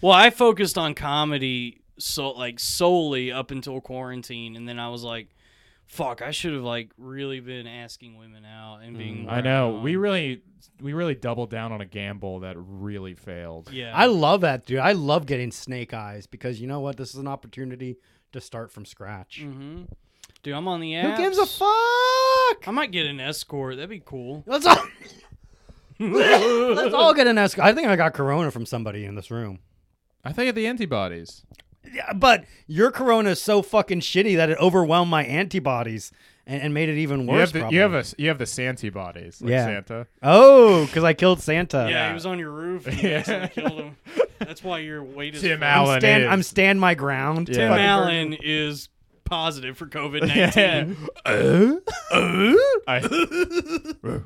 Speaker 4: Well, I focused on comedy so like solely up until quarantine and then I was like fuck, I should have like really been asking women out and being
Speaker 2: Mm.
Speaker 4: more
Speaker 3: I know.
Speaker 4: out
Speaker 3: We
Speaker 4: on-
Speaker 3: really we really doubled down on a gamble that really failed.
Speaker 4: Yeah.
Speaker 2: I love that, dude. I love getting snake eyes because you know what? This is an opportunity to start from scratch.
Speaker 4: hmm Dude, I'm on the apps.
Speaker 2: Who gives a fuck?
Speaker 4: I might get an escort. That'd be cool.
Speaker 2: Let's all let's all get an escort. I think I got corona from somebody in this room.
Speaker 3: I think of the antibodies.
Speaker 2: Yeah, but your corona is so fucking shitty that it overwhelmed my antibodies and, and made it even worse.
Speaker 3: You have, the,
Speaker 2: probably.
Speaker 3: you have a you have the Santibodies, like
Speaker 2: Yeah.
Speaker 3: Santa.
Speaker 2: oh, because I killed Santa.
Speaker 4: Yeah,
Speaker 3: Yeah.
Speaker 4: he was on your roof. And
Speaker 3: Yeah.
Speaker 4: yeah, killed him. That's why your weight is.
Speaker 3: Tim
Speaker 4: full.
Speaker 3: Allen.
Speaker 2: I'm stand,
Speaker 3: is-
Speaker 2: I'm stand my ground.
Speaker 3: Yeah.
Speaker 4: Tim
Speaker 2: Fucking-
Speaker 4: Allen is positive for COVID nineteen.
Speaker 3: Yeah. Uh, uh, I-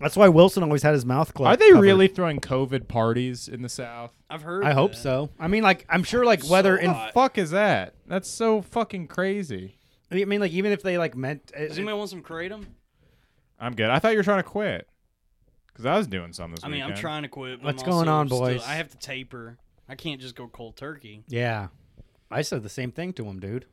Speaker 2: That's why Wilson always had his mouth closed.
Speaker 3: Are they really throwing COVID parties in the South?
Speaker 4: I've heard.
Speaker 2: I hope
Speaker 4: that.
Speaker 2: so. I mean, like, I'm sure, like, whether
Speaker 4: So
Speaker 2: in
Speaker 4: hot.
Speaker 3: Fuck is that? That's so fucking crazy.
Speaker 2: I mean, like, even if they like meant, uh, it,
Speaker 4: Does anybody want some kratom?
Speaker 3: I'm good. I thought you were trying to quit because I was doing some this
Speaker 4: I mean, I'm
Speaker 3: weekend.
Speaker 4: trying to quit. But
Speaker 2: What's
Speaker 4: I'm also
Speaker 2: going on,
Speaker 4: still-
Speaker 2: boys?
Speaker 4: I have to taper. I can't just go cold turkey.
Speaker 2: yeah, I said the same thing to him, dude.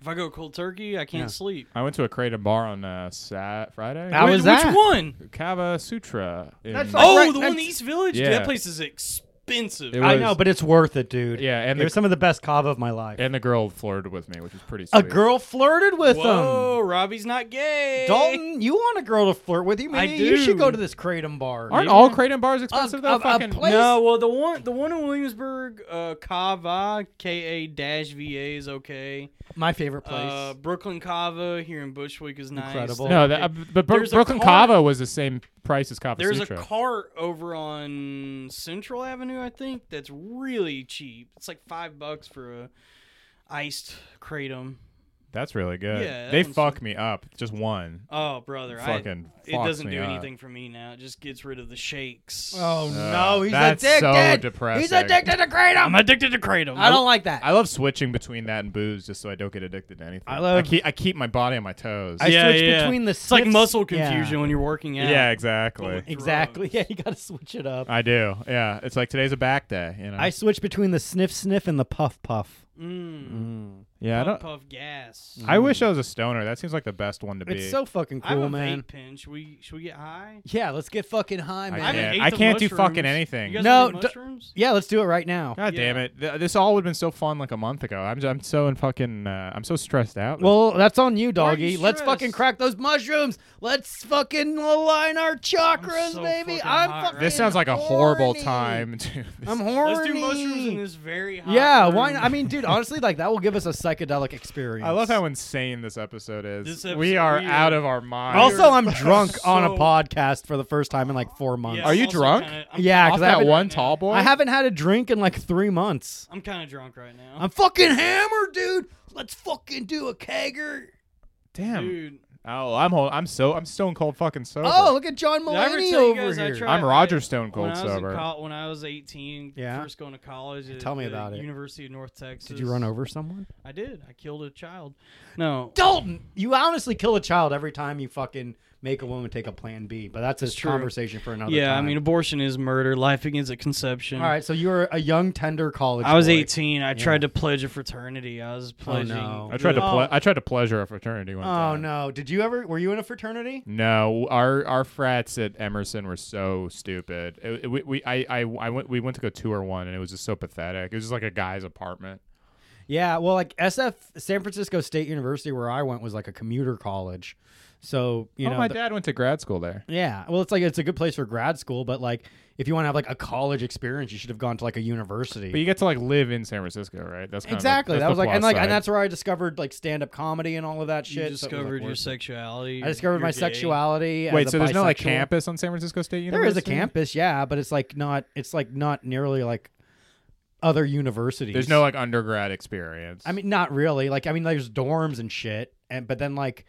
Speaker 4: If I go cold turkey, I can't
Speaker 2: Yeah.
Speaker 4: sleep.
Speaker 3: I went to a Kratom bar on uh, Sat Friday.
Speaker 2: How
Speaker 4: Wait,
Speaker 2: was
Speaker 4: which
Speaker 2: that?
Speaker 4: one?
Speaker 3: Kava Sutra. in-
Speaker 2: That's like-
Speaker 4: Oh,
Speaker 2: right
Speaker 4: the one in
Speaker 2: next-
Speaker 4: East Village. Dude, that
Speaker 3: Yeah.
Speaker 4: place is expensive.
Speaker 3: It
Speaker 2: I
Speaker 3: was-
Speaker 2: know, but it's worth it, dude.
Speaker 3: yeah, and
Speaker 2: it was
Speaker 3: the,
Speaker 2: some of the best kava of my life.
Speaker 3: and the girl flirted with me, which is pretty. Sweet.
Speaker 2: a girl flirted with
Speaker 4: Whoa, Robbie's not gay.
Speaker 2: him. Dalton, you want a girl to flirt with you?
Speaker 4: I
Speaker 2: Maybe You should
Speaker 4: do.
Speaker 2: go to this kratom bar.
Speaker 3: Aren't
Speaker 2: dude.
Speaker 3: all Kratom bars expensive
Speaker 2: a-
Speaker 3: though?
Speaker 2: a
Speaker 3: fucking
Speaker 2: place-
Speaker 4: No, well the one the one in Williamsburg, uh, Kava K A dash V A is okay.
Speaker 2: my favorite place?
Speaker 4: Uh, Brooklyn Kava here in Bushwick is nice.
Speaker 2: Incredible.
Speaker 3: no, that, uh, but Bro-
Speaker 4: There's a
Speaker 3: Brooklyn
Speaker 4: car-
Speaker 3: Kava was the same price as Kava
Speaker 4: There's a
Speaker 3: Sutra.
Speaker 4: cart over on Central Avenue, I think, that's really cheap. It's like five bucks for a iced kratom.
Speaker 3: That's really good.
Speaker 4: Yeah, that
Speaker 3: they
Speaker 4: one's-
Speaker 3: fuck me up. Just one.
Speaker 4: Oh, brother, I-
Speaker 3: Fucking
Speaker 4: it
Speaker 3: fucks
Speaker 4: doesn't
Speaker 3: me
Speaker 4: do
Speaker 3: up.
Speaker 4: anything for me now. It just gets rid of the shakes.
Speaker 2: oh
Speaker 3: Uh,
Speaker 2: no, he's
Speaker 3: that's so
Speaker 2: addicted. he's
Speaker 3: depressing.
Speaker 2: addicted to kratom.
Speaker 4: I'm addicted to kratom.
Speaker 2: I don't like that.
Speaker 3: I love switching between that and booze just so I don't get addicted to anything.
Speaker 2: I love-
Speaker 3: I keep, I keep my body on my toes.
Speaker 2: I
Speaker 4: yeah,
Speaker 2: switch
Speaker 4: yeah.
Speaker 2: between the
Speaker 4: It's like
Speaker 2: sniffs-
Speaker 4: muscle
Speaker 2: Yeah.
Speaker 4: confusion when you're working out.
Speaker 3: yeah. exactly.
Speaker 2: exactly. Yeah, you got to switch it
Speaker 4: Uh-huh.
Speaker 2: up.
Speaker 3: I do. Yeah, it's like today's a back day. You know.
Speaker 2: I switch between the sniff sniff and the puff puff.
Speaker 4: Mm.
Speaker 3: yeah, I
Speaker 4: Puff,
Speaker 3: don't.
Speaker 4: puff gas.
Speaker 3: I wish I was a stoner. That seems like the best one to be.
Speaker 2: It's so fucking
Speaker 4: I have
Speaker 2: cool,
Speaker 4: a
Speaker 2: man.
Speaker 4: vape pen. Should we should we get high?
Speaker 2: Yeah, let's get fucking high, man.
Speaker 3: I
Speaker 4: I haven't
Speaker 3: can't,
Speaker 4: ate
Speaker 3: I
Speaker 4: the
Speaker 3: can't do
Speaker 4: mushrooms.
Speaker 3: fucking anything.
Speaker 4: You guys
Speaker 2: No,
Speaker 4: have any
Speaker 2: d-
Speaker 4: mushrooms?
Speaker 2: Yeah, let's do it right now.
Speaker 3: God
Speaker 4: Yeah.
Speaker 3: damn it! Th- This all would have been so fun like a month ago. I'm j- I'm so in fucking. Uh, I'm so stressed out.
Speaker 2: Well, that's on you,
Speaker 4: Why are
Speaker 2: doggy.
Speaker 4: you
Speaker 2: Let's fucking
Speaker 4: stressed?
Speaker 2: crack those mushrooms. Let's fucking align our chakras,
Speaker 4: I'm so
Speaker 2: baby.
Speaker 4: fucking
Speaker 2: I'm
Speaker 4: hot
Speaker 2: fucking.
Speaker 4: right
Speaker 3: this sounds like a horrible
Speaker 2: horny.
Speaker 3: time. To this.
Speaker 2: I'm horny.
Speaker 4: Let's do mushrooms in this very hot
Speaker 2: Yeah,
Speaker 4: room.
Speaker 2: why? Not? I mean, dude, honestly, like that will give us a psychedelic experience.
Speaker 3: I love how insane this episode is.
Speaker 4: This
Speaker 3: we
Speaker 4: episode-
Speaker 3: are
Speaker 4: we
Speaker 3: out
Speaker 4: are-
Speaker 3: of our mind.
Speaker 2: Also, I'm drunk on a
Speaker 4: So-
Speaker 2: podcast for the first time in like four months.
Speaker 4: Yeah,
Speaker 3: Are
Speaker 4: I'm
Speaker 3: you
Speaker 4: also
Speaker 3: drunk?
Speaker 4: kinda- I'm
Speaker 2: Yeah,
Speaker 3: off
Speaker 2: because I
Speaker 3: that
Speaker 2: haven't,
Speaker 3: one
Speaker 4: now.
Speaker 3: tall boy.
Speaker 2: I haven't had a drink in like three months.
Speaker 4: I'm kind of drunk right now.
Speaker 2: I'm fucking hammered, dude. Let's fucking do a kegger.
Speaker 3: Damn.
Speaker 4: Dude,
Speaker 3: Oh, I'm hol- I'm so I'm stone cold fucking sober.
Speaker 2: Oh, look at John
Speaker 4: Did I ever
Speaker 2: Mulaney
Speaker 4: tell you
Speaker 2: over
Speaker 4: guys I
Speaker 2: here.
Speaker 4: tried-
Speaker 3: I'm Roger Stone
Speaker 4: when
Speaker 3: Cold
Speaker 4: I was in
Speaker 3: sober.
Speaker 4: col- when I was 18,
Speaker 2: Yeah.
Speaker 4: first going to college. At
Speaker 2: Tell me
Speaker 4: the
Speaker 2: about it.
Speaker 4: University of North Texas.
Speaker 2: Did you run over someone?
Speaker 4: I did. I killed a child. No,
Speaker 2: Dalton, you honestly kill a child every time you fucking make a woman take a plan B, but that's a
Speaker 4: true.
Speaker 2: conversation for another
Speaker 4: yeah, I
Speaker 2: time.
Speaker 4: mean, abortion is murder. Life begins at conception.
Speaker 2: all right, so you were a young, tender college.
Speaker 4: I was
Speaker 2: boy. Oh,
Speaker 4: 18. I tried to pledge a fraternity. I was pledging.
Speaker 2: no.
Speaker 3: I tried to
Speaker 2: Oh.
Speaker 3: ple- I tried to pleasure a fraternity one
Speaker 2: Oh
Speaker 3: time.
Speaker 2: no! Did you ever? Were you in a fraternity?
Speaker 3: No, our our frats at Emerson were so stupid. It- it- we, we I, I I went we went to go tour one and it was just so pathetic. It was just like a guy's apartment.
Speaker 2: Yeah. Well, like SF, San Francisco State University, where I went, was like a commuter college. So you
Speaker 3: oh,
Speaker 2: know,
Speaker 3: my
Speaker 2: the-
Speaker 3: dad went to grad school there.
Speaker 2: yeah. Well, it's like it's a good place for grad school, but like if you want to have like a college experience, you should have gone to like a university.
Speaker 3: But you get to like live in San Francisco, right? That's kind
Speaker 2: exactly.
Speaker 3: Of the,
Speaker 2: that
Speaker 3: that's
Speaker 2: was
Speaker 3: the
Speaker 2: like and
Speaker 3: plus
Speaker 2: like and
Speaker 3: side.
Speaker 2: that's where I discovered like stand up comedy and all of that
Speaker 4: You
Speaker 2: shit. So it was, like,
Speaker 4: discovered your
Speaker 2: worth it.
Speaker 4: sexuality.
Speaker 2: I discovered
Speaker 4: you're
Speaker 2: my
Speaker 4: gay.
Speaker 2: sexuality. as
Speaker 3: Wait,
Speaker 2: a
Speaker 3: so there's no like
Speaker 2: bisexual.
Speaker 3: campus on San Francisco State
Speaker 2: There
Speaker 3: University?
Speaker 2: is a campus, yeah, but it's like not. It's like not nearly like other universities.
Speaker 3: There's no like undergrad experience.
Speaker 2: I mean, not really. Like, I mean, there's dorms and shit, and but then like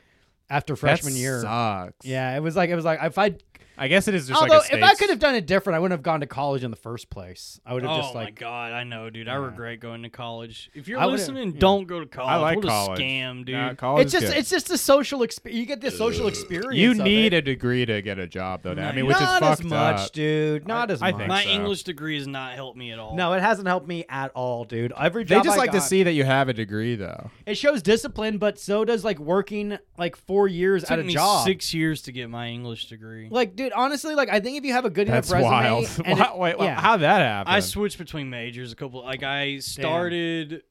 Speaker 2: after
Speaker 3: That
Speaker 2: freshman year,
Speaker 3: sucks.
Speaker 2: yeah, it was like it was like if I
Speaker 3: I guess it is just
Speaker 2: although
Speaker 3: like a
Speaker 2: if I
Speaker 3: state's-
Speaker 2: could have done it different, I wouldn't have gone to college in the first place. I would have
Speaker 4: Oh
Speaker 2: just
Speaker 4: my
Speaker 2: like
Speaker 4: god, I know, dude. I regret going to college. If you're
Speaker 2: I would've-
Speaker 4: listening,
Speaker 2: yeah.
Speaker 4: don't go to college.
Speaker 3: I like
Speaker 4: what
Speaker 3: college.
Speaker 4: a scam, dude.
Speaker 3: Nah, college
Speaker 2: it's
Speaker 3: is
Speaker 2: just
Speaker 3: good.
Speaker 2: it's just a social experience. You get the social experience.
Speaker 3: you
Speaker 2: of
Speaker 3: need
Speaker 2: it.
Speaker 3: a degree to get a job though. now. I mean,
Speaker 4: Not
Speaker 3: which is
Speaker 2: not
Speaker 3: fucked
Speaker 2: as much,
Speaker 3: up.
Speaker 2: dude. Not as
Speaker 3: I
Speaker 2: much.
Speaker 3: think
Speaker 4: my
Speaker 3: so.
Speaker 4: English degree has not helped me at all.
Speaker 2: No, it hasn't helped me at all, dude. Every
Speaker 3: They
Speaker 2: job
Speaker 3: just
Speaker 2: I
Speaker 3: like to
Speaker 2: got-
Speaker 3: see that you have a degree though.
Speaker 2: It shows discipline, but so does like working like four years
Speaker 4: it
Speaker 2: at
Speaker 4: took
Speaker 2: a
Speaker 4: me
Speaker 2: job.
Speaker 4: six years to get my English degree.
Speaker 2: Like, dude, honestly, like I think if you have a good
Speaker 3: That's
Speaker 2: enough resume,
Speaker 3: wild.
Speaker 2: and
Speaker 3: Wha-
Speaker 2: it-
Speaker 3: Wait, wha-
Speaker 2: yeah.
Speaker 3: how'd that happen?
Speaker 4: I switched between majors a couple. Like I started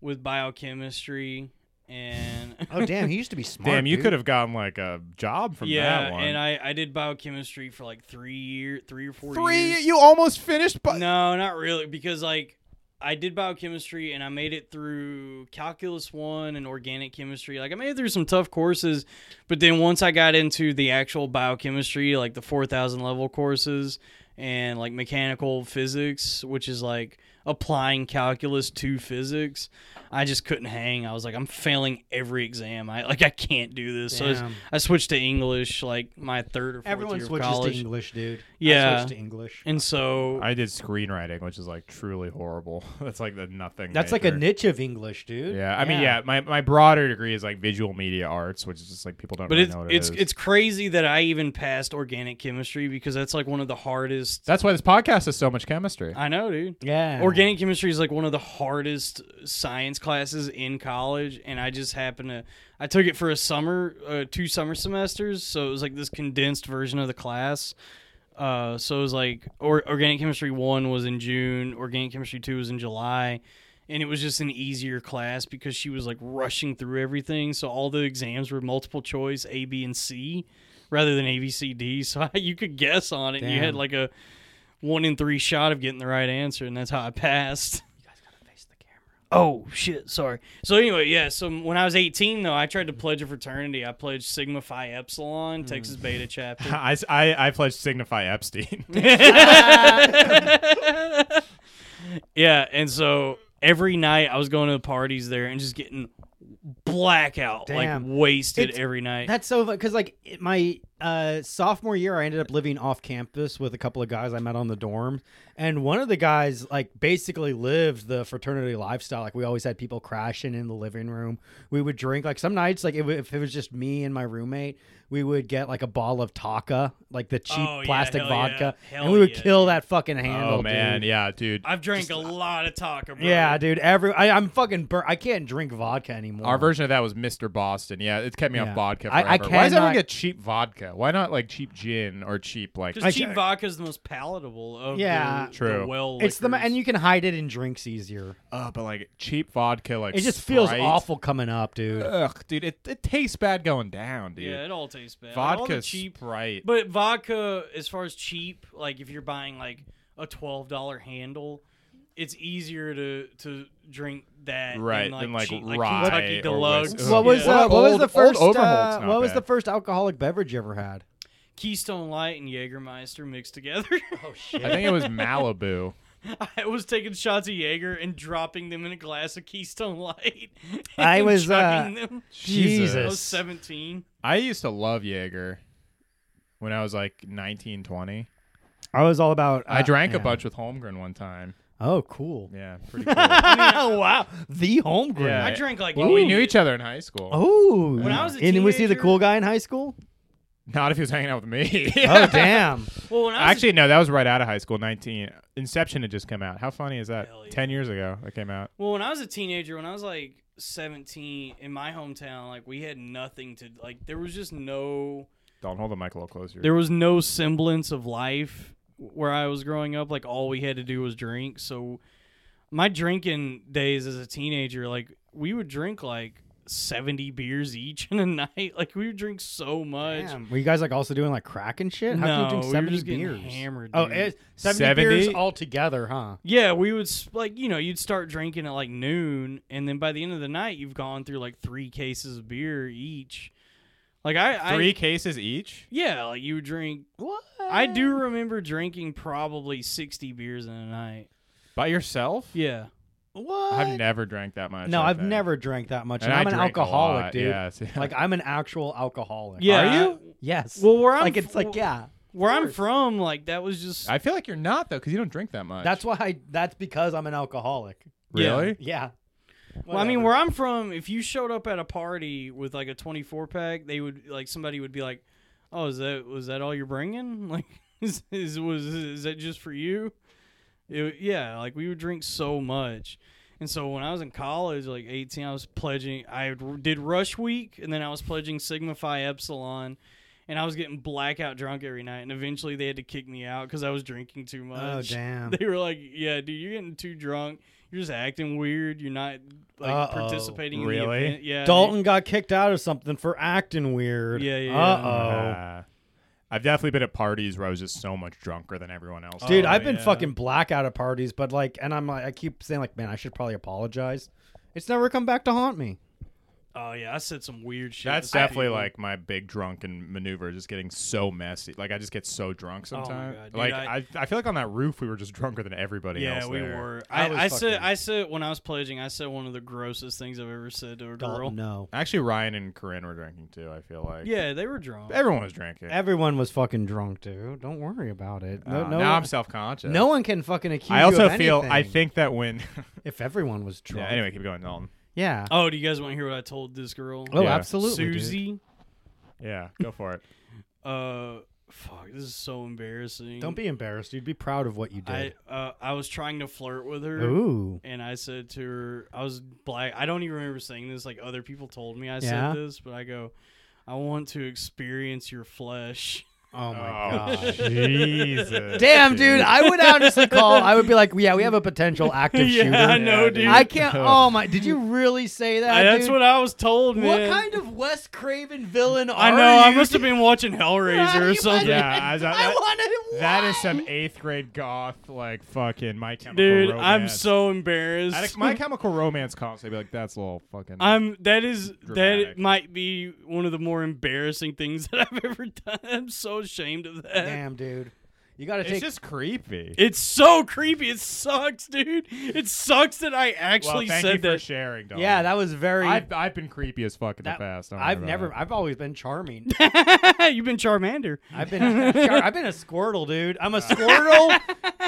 Speaker 4: with biochemistry and
Speaker 2: Oh damn, he used to be smart.
Speaker 3: Damn, you
Speaker 2: dude.
Speaker 3: could have gotten like a job from
Speaker 4: yeah,
Speaker 3: that one.
Speaker 4: and I I did biochemistry for like three year, three or four
Speaker 3: Three,
Speaker 4: years.
Speaker 3: you almost finished, but
Speaker 4: no, not really, because like. I did biochemistry and I made it through calculus one and organic chemistry. Like I made it through some tough courses, but then once I got into the actual biochemistry, like the four thousand level courses and like mechanical physics, which is like applying calculus to physics, I just couldn't hang. I was like, I'm failing every exam. I like I can't do this. So I,
Speaker 2: Damm.
Speaker 4: s- I switched to English like my third or fourth
Speaker 2: Everyone
Speaker 4: year of
Speaker 2: switches
Speaker 4: college.
Speaker 2: to English, dude. I
Speaker 4: Yeah.
Speaker 2: switched to English.
Speaker 4: And so
Speaker 3: I did screenwriting, which is like truly horrible. That's like the nothing.
Speaker 2: That's like
Speaker 3: major.
Speaker 2: a niche of English, dude.
Speaker 3: Yeah, I mean, yeah. My, my broader degree is like visual media arts, which is just like people don't.
Speaker 4: But
Speaker 3: really
Speaker 4: it's
Speaker 3: know what it
Speaker 4: it's
Speaker 3: is.
Speaker 4: it's crazy that I even passed organic chemistry because that's like one of the hardest.
Speaker 3: that's why this podcast is so much chemistry.
Speaker 4: I know, dude.
Speaker 2: yeah.
Speaker 4: Organic chemistry is like one of the hardest science classes in college, and I just happened to I took it for a summer, uh, two summer semesters, so it was like this condensed version of the class. Uh, so it was like or, organic chemistry one was in June, organic chemistry two was in July, and it was just an easier class because she was like rushing through everything. So all the exams were multiple choice A, B, and C rather than A, B, C, D. So you could guess on it. And you
Speaker 2: Damn.
Speaker 4: had like a one in three shot of getting the right answer, and that's how I passed. Oh shit! Sorry. So anyway, yeah. So when I was 18, though, I tried to pledge a fraternity. I pledged Sigma Phi Epsilon, Texas Beta chapter.
Speaker 3: I, s- I, I pledged Signify Epstein.
Speaker 4: Yeah, and so every night I was going to the parties there and just getting blackout,
Speaker 2: Damn.
Speaker 4: like wasted
Speaker 2: It's-
Speaker 4: every night.
Speaker 2: That's so because like it- my uh, sophomore year, I ended up living off campus with a couple of guys I met on the dorm, and one of the guys like basically lived the fraternity lifestyle. Like we always had people crashing in the living room. We would drink like some nights, like it, w- if it was just me and my roommate, we would get like a bottle of Taka, like the cheap
Speaker 4: Oh, yeah,
Speaker 2: plastic
Speaker 4: hell yeah.
Speaker 2: vodka,
Speaker 4: Hell
Speaker 2: and we would
Speaker 4: yeah,
Speaker 2: kill that fucking handle.
Speaker 3: oh man,
Speaker 2: dude.
Speaker 3: yeah, dude.
Speaker 4: I've drank a lot of Taka, bro.
Speaker 2: Yeah, dude. Every I, I'm fucking. Bur- I can't drink vodka anymore.
Speaker 3: Our version of that was Mr. Boston. Yeah, it's kept me
Speaker 2: Yeah.
Speaker 3: off vodka.
Speaker 2: I-
Speaker 3: Forever.
Speaker 2: I
Speaker 3: Why does everyone
Speaker 2: cannot-
Speaker 3: get cheap vodka? Why not like cheap gin or cheap like?
Speaker 4: Because cheap vodka is the most palatable of
Speaker 2: Yeah.
Speaker 4: the,
Speaker 3: True.
Speaker 4: the well.
Speaker 2: It's the ma-
Speaker 4: liquors.
Speaker 2: and you can hide it in drinks easier.
Speaker 3: Uh, but like cheap vodka, like
Speaker 2: It just feels
Speaker 3: Sprite.
Speaker 2: awful coming up, dude.
Speaker 3: Ugh, dude, it, it tastes bad going down, dude.
Speaker 4: yeah, it all tastes bad. Like, all
Speaker 3: vodka,
Speaker 4: the cheap,
Speaker 3: Sprite.
Speaker 4: but vodka as far as cheap, like if you're buying like a twelve dollar handle, it's easier to to drink that
Speaker 3: Right,
Speaker 4: than like,
Speaker 3: than, like,
Speaker 4: cheap,
Speaker 3: rye
Speaker 4: Kentucky
Speaker 3: or
Speaker 4: Deluxe.
Speaker 3: whis- Ugh.
Speaker 2: What was
Speaker 3: Yeah.
Speaker 2: uh, what was
Speaker 3: Old-
Speaker 2: the first
Speaker 3: old
Speaker 2: uh,
Speaker 3: Overholt's not
Speaker 2: what was
Speaker 3: bad.
Speaker 2: the first alcoholic beverage you ever had?
Speaker 4: Keystone Light and Jägermeister mixed together?
Speaker 3: I think it was Malibu.
Speaker 4: I was taking shots of Jaeger and dropping them in a glass of Keystone Light.
Speaker 2: I
Speaker 4: and
Speaker 2: was, uh,
Speaker 4: chugging them. I was
Speaker 2: Jesus.
Speaker 4: seventeen.
Speaker 3: I used to love Jaeger when I was like 19, 20.
Speaker 2: I was all about.
Speaker 3: I
Speaker 2: uh,
Speaker 3: drank a
Speaker 2: yeah.
Speaker 3: bunch with Holmgren one time.
Speaker 2: Oh, cool.
Speaker 3: Yeah, pretty cool.
Speaker 2: oh wow, the homegrown.
Speaker 3: Yeah.
Speaker 4: I drank like
Speaker 3: well, we
Speaker 4: eight.
Speaker 3: knew each other in high school.
Speaker 2: Oh,
Speaker 4: When I was a
Speaker 2: and was he the
Speaker 4: teenager-
Speaker 2: cool guy in high school?
Speaker 3: Not if he was hanging out with me.
Speaker 2: Oh damn.
Speaker 4: Well, when I was
Speaker 3: Actually, no, that was right out of high school. 19. Inception had just come out. How funny is that?
Speaker 4: Hell yeah.
Speaker 3: 10 years ago, it came out.
Speaker 4: Well, when I was a teenager, when I was like 17 in my hometown, like we had nothing to like there was just no
Speaker 3: Don't hold the mic a little closer.
Speaker 4: there was no semblance of life where I was growing up. Like all we had to do was drink. So my drinking days as a teenager, like we would drink like seventy beers each in a night. Like we would drink so much.
Speaker 2: Damn. Were you guys like also doing like crack and shit? How
Speaker 4: no,
Speaker 2: can you drink
Speaker 4: we were
Speaker 2: seventy
Speaker 4: just getting
Speaker 2: beers?
Speaker 4: hammered.
Speaker 2: oh,
Speaker 4: dude.
Speaker 2: it's 70, beers
Speaker 3: 70?
Speaker 2: all together, huh?
Speaker 4: yeah, we would s- like you know you'd start drinking at like noon, and then by the end of the night you've gone through like three cases of beer each. Like I
Speaker 3: Three
Speaker 4: I,
Speaker 3: cases each.
Speaker 4: yeah, like you would drink.
Speaker 2: What?
Speaker 4: I do
Speaker 2: Uh.
Speaker 4: remember drinking probably sixty beers in a night.
Speaker 3: By yourself?
Speaker 4: Yeah.
Speaker 2: What?
Speaker 3: I've never drank that much.
Speaker 2: no,
Speaker 3: I
Speaker 2: I've
Speaker 3: think.
Speaker 2: never drank that much.
Speaker 3: And
Speaker 2: And
Speaker 3: I
Speaker 2: I'm an
Speaker 3: drink a
Speaker 2: alcoholic,
Speaker 3: lot,
Speaker 2: dude.
Speaker 3: yeah, see.
Speaker 2: Like I'm an actual alcoholic.
Speaker 4: Yeah.
Speaker 3: Are
Speaker 4: I-
Speaker 3: you?
Speaker 2: Yes.
Speaker 4: Well, where I'm
Speaker 2: like it's
Speaker 4: f-
Speaker 2: like yeah.
Speaker 4: where I'm from, like that was just
Speaker 3: I feel like you're not though, because you don't drink that much.
Speaker 2: That's why. I, that's because I'm an alcoholic.
Speaker 4: Yeah.
Speaker 3: really.
Speaker 2: Yeah.
Speaker 4: Well, I
Speaker 2: Whatever.
Speaker 4: mean, where I'm from, if you showed up at a party with like a 24 pack, they would like somebody would be like, "Oh, is that was that all you're bringing? Like, is, is was is that just for you?" It, yeah, like we would drink so much, and so when I was in college, like 18, I was pledging. I did Rush Week, and then I was pledging Sigma Phi Epsilon. And I was getting blackout drunk every night, and eventually they had to kick me out because I was drinking too
Speaker 2: Oh
Speaker 4: much.
Speaker 2: damn.
Speaker 4: They were like, "Yeah, dude, you're getting too drunk. You're just acting weird. You're not like
Speaker 2: Uh-oh.
Speaker 4: participating in the
Speaker 3: Really?
Speaker 4: event." Yeah,
Speaker 2: Dalton got kicked out of something for acting weird.
Speaker 4: Yeah, yeah, yeah.
Speaker 2: Uh
Speaker 3: Uh, I've definitely been at parties where I was just so much drunker than everyone else.
Speaker 2: oh. Dude,
Speaker 4: Oh,
Speaker 2: I've been
Speaker 4: yeah.
Speaker 2: fucking blackout at parties, but like, and I'm like, I keep saying like, man, I should probably apologize. It's never come back to haunt me.
Speaker 4: Oh yeah, I said some weird shit.
Speaker 3: That's
Speaker 4: to some
Speaker 3: definitely
Speaker 4: people.
Speaker 3: like my big drunken maneuver, just getting so messy. Like I just get so drunk
Speaker 4: my
Speaker 3: sometimes.
Speaker 4: God, dude,
Speaker 3: like
Speaker 4: I-
Speaker 3: I, I, feel like on that roof we were just drunker than everybody
Speaker 4: Yeah,
Speaker 3: else.
Speaker 4: we
Speaker 3: there.
Speaker 4: were.
Speaker 2: I
Speaker 4: I,
Speaker 2: was
Speaker 4: I said,
Speaker 2: fucking-
Speaker 4: I said when I was pledging, I said one of the grossest things I've ever said to a girl.
Speaker 2: Dalton, no.
Speaker 3: Actually, Ryan and Corinne were drinking too. I feel like
Speaker 4: Yeah, they were drunk.
Speaker 3: everyone was drinking.
Speaker 2: Everyone was fucking drunk, dude. Don't worry about it. No,
Speaker 3: Uh,
Speaker 2: no,
Speaker 3: now
Speaker 2: one,
Speaker 3: I'm self conscious.
Speaker 2: no one can fucking accuse.
Speaker 3: I
Speaker 2: you
Speaker 3: also
Speaker 2: of
Speaker 3: feel. I
Speaker 2: anything.
Speaker 3: think that when.
Speaker 2: if everyone was
Speaker 3: yeah,
Speaker 2: drunk,
Speaker 3: anyway, keep going, Dalton.
Speaker 2: yeah.
Speaker 4: Oh, do you guys want to hear what I told this girl?
Speaker 2: Oh,
Speaker 3: Yeah.
Speaker 2: absolutely, dude.
Speaker 4: Susie.
Speaker 3: Yeah, go for it.
Speaker 4: Uh, fuck, this is so embarrassing.
Speaker 2: Don't be embarrassed. You'd be proud of what you
Speaker 4: I
Speaker 2: did.
Speaker 4: uh, I was trying to flirt with her.
Speaker 2: Ooh,
Speaker 4: and I said to her, I was black. I don't even remember saying this. Like other people told me I
Speaker 2: Yeah?
Speaker 4: said this, but I go, I want to experience your flesh.
Speaker 2: oh my
Speaker 3: oh,
Speaker 2: god.
Speaker 3: Jesus.
Speaker 2: Damn, dude, I would honestly call. I would be like, yeah, we have a potential active
Speaker 4: Yeah,
Speaker 2: shooter.
Speaker 4: I know,
Speaker 3: Yeah,
Speaker 4: dude.
Speaker 3: dude.
Speaker 2: I can't. Oh my! Did you really say that?
Speaker 4: I- that's
Speaker 2: dude?
Speaker 4: what I was told, man.
Speaker 2: What kind of Wes Craven villain are
Speaker 4: I know. I
Speaker 2: you?
Speaker 4: must have been watching
Speaker 2: Why
Speaker 4: Hellraiser
Speaker 2: you
Speaker 4: or something.
Speaker 2: fucking-
Speaker 3: Yeah, I- that-
Speaker 2: I wanted.
Speaker 3: That is some eighth grade goth like fucking my chemical
Speaker 4: Dude,
Speaker 3: romance.
Speaker 4: I'm so
Speaker 3: At
Speaker 4: embarrassed.
Speaker 3: a- my chemical romance concert, I'd be like, that's a little fucking.
Speaker 4: I'm that is
Speaker 3: Dramatic.
Speaker 4: that might be one of the more embarrassing things that I've ever done. I'm so ashamed of that.
Speaker 2: Damn, dude, you gotta
Speaker 3: it's
Speaker 2: take.
Speaker 3: just creepy.
Speaker 4: It's so creepy. It sucks, dude. It sucks that I
Speaker 3: well,
Speaker 4: actually
Speaker 3: thank
Speaker 4: said
Speaker 3: you for
Speaker 4: that.
Speaker 3: sharing, Dalton.
Speaker 2: yeah, that was very.
Speaker 3: I've, I've been creepy as fuck in
Speaker 2: That-
Speaker 3: the past. don't worry
Speaker 2: I've
Speaker 3: about
Speaker 2: never.
Speaker 3: it.
Speaker 2: I've always been charming.
Speaker 4: You've been Charmander.
Speaker 2: I've been. I've been a Squirtle, dude. I'm a Squirtle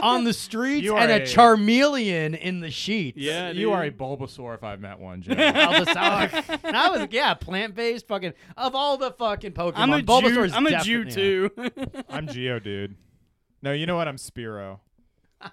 Speaker 2: on the streets
Speaker 3: You are
Speaker 2: and a,
Speaker 3: a-
Speaker 2: Charmeleon in the sheets.
Speaker 4: Yeah,
Speaker 3: You are a
Speaker 4: dude.
Speaker 3: Bulbasaur if I've met one, Joe.
Speaker 2: All the sour- and I was yeah, plant based fucking of all the fucking Pokemon.
Speaker 4: I'm a
Speaker 2: Bulbasaur's
Speaker 4: Jew. I'm a
Speaker 2: defi-
Speaker 4: Jew
Speaker 2: yeah.
Speaker 4: too.
Speaker 3: I'm Geo, dude. No, you know what? I'm Spiro.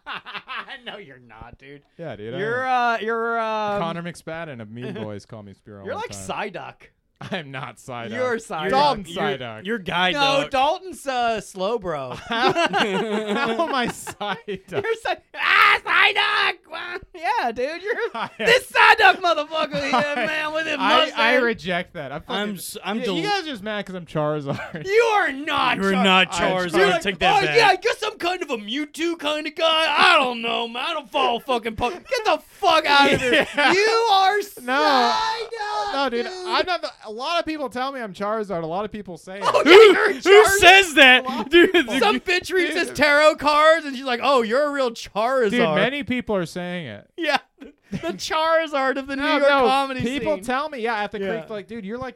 Speaker 2: no, you're not, dude.
Speaker 3: Yeah, dude. I
Speaker 2: You're
Speaker 3: am.
Speaker 2: uh, you're um,
Speaker 3: Connor McSpadden of Mean Boys. Call me Spiro.
Speaker 2: You're
Speaker 3: all
Speaker 2: like
Speaker 3: the time.
Speaker 2: Psyduck.
Speaker 3: I'm not Psyduck.
Speaker 2: You're Psyduck.
Speaker 3: Dalton
Speaker 4: You're-
Speaker 3: Psyduck.
Speaker 4: You're guy
Speaker 2: No,
Speaker 4: dog.
Speaker 2: Dalton's uh, slow, bro.
Speaker 3: How am I Psyduck?
Speaker 2: you're Psy- ah, Psyduck. Wow. Yeah, dude, you're
Speaker 3: I-
Speaker 2: this Psyduck motherfucker here, man, with his
Speaker 3: I,
Speaker 2: mustache.
Speaker 3: I reject that. I'm.
Speaker 4: I'm
Speaker 3: fucking-
Speaker 4: s- I'm
Speaker 3: you,
Speaker 4: del-
Speaker 3: you guys are just mad because I'm Charizard.
Speaker 2: you are not.
Speaker 4: You're
Speaker 2: Char-
Speaker 4: not
Speaker 3: I-
Speaker 4: Charizard.
Speaker 2: You're like,
Speaker 4: Take
Speaker 2: oh
Speaker 4: that back.
Speaker 2: yeah, I guess I'm kind of a Mewtwo kind of guy. I don't know, man. I don't follow fucking Pokemon. Get the fuck out of here.
Speaker 3: Yeah.
Speaker 2: You are
Speaker 3: No.
Speaker 2: Psyduck,
Speaker 3: No, dude, I'm not. The, a lot of people tell me I'm Charizard. A lot of people say it.
Speaker 2: Oh, yeah, you're
Speaker 4: Who, who
Speaker 2: Charizard.
Speaker 4: says that, dude? the-
Speaker 2: Some bitch reads his tarot cards and she's like, "Oh, you're a real Charizard."
Speaker 3: dude, many people are saying it.
Speaker 2: yeah, the Charizard of the New
Speaker 3: No,
Speaker 2: York
Speaker 3: no,
Speaker 2: comedy
Speaker 3: people
Speaker 2: scene.
Speaker 3: tell me, yeah, at the
Speaker 2: Yeah.
Speaker 3: creek, like, dude, you're like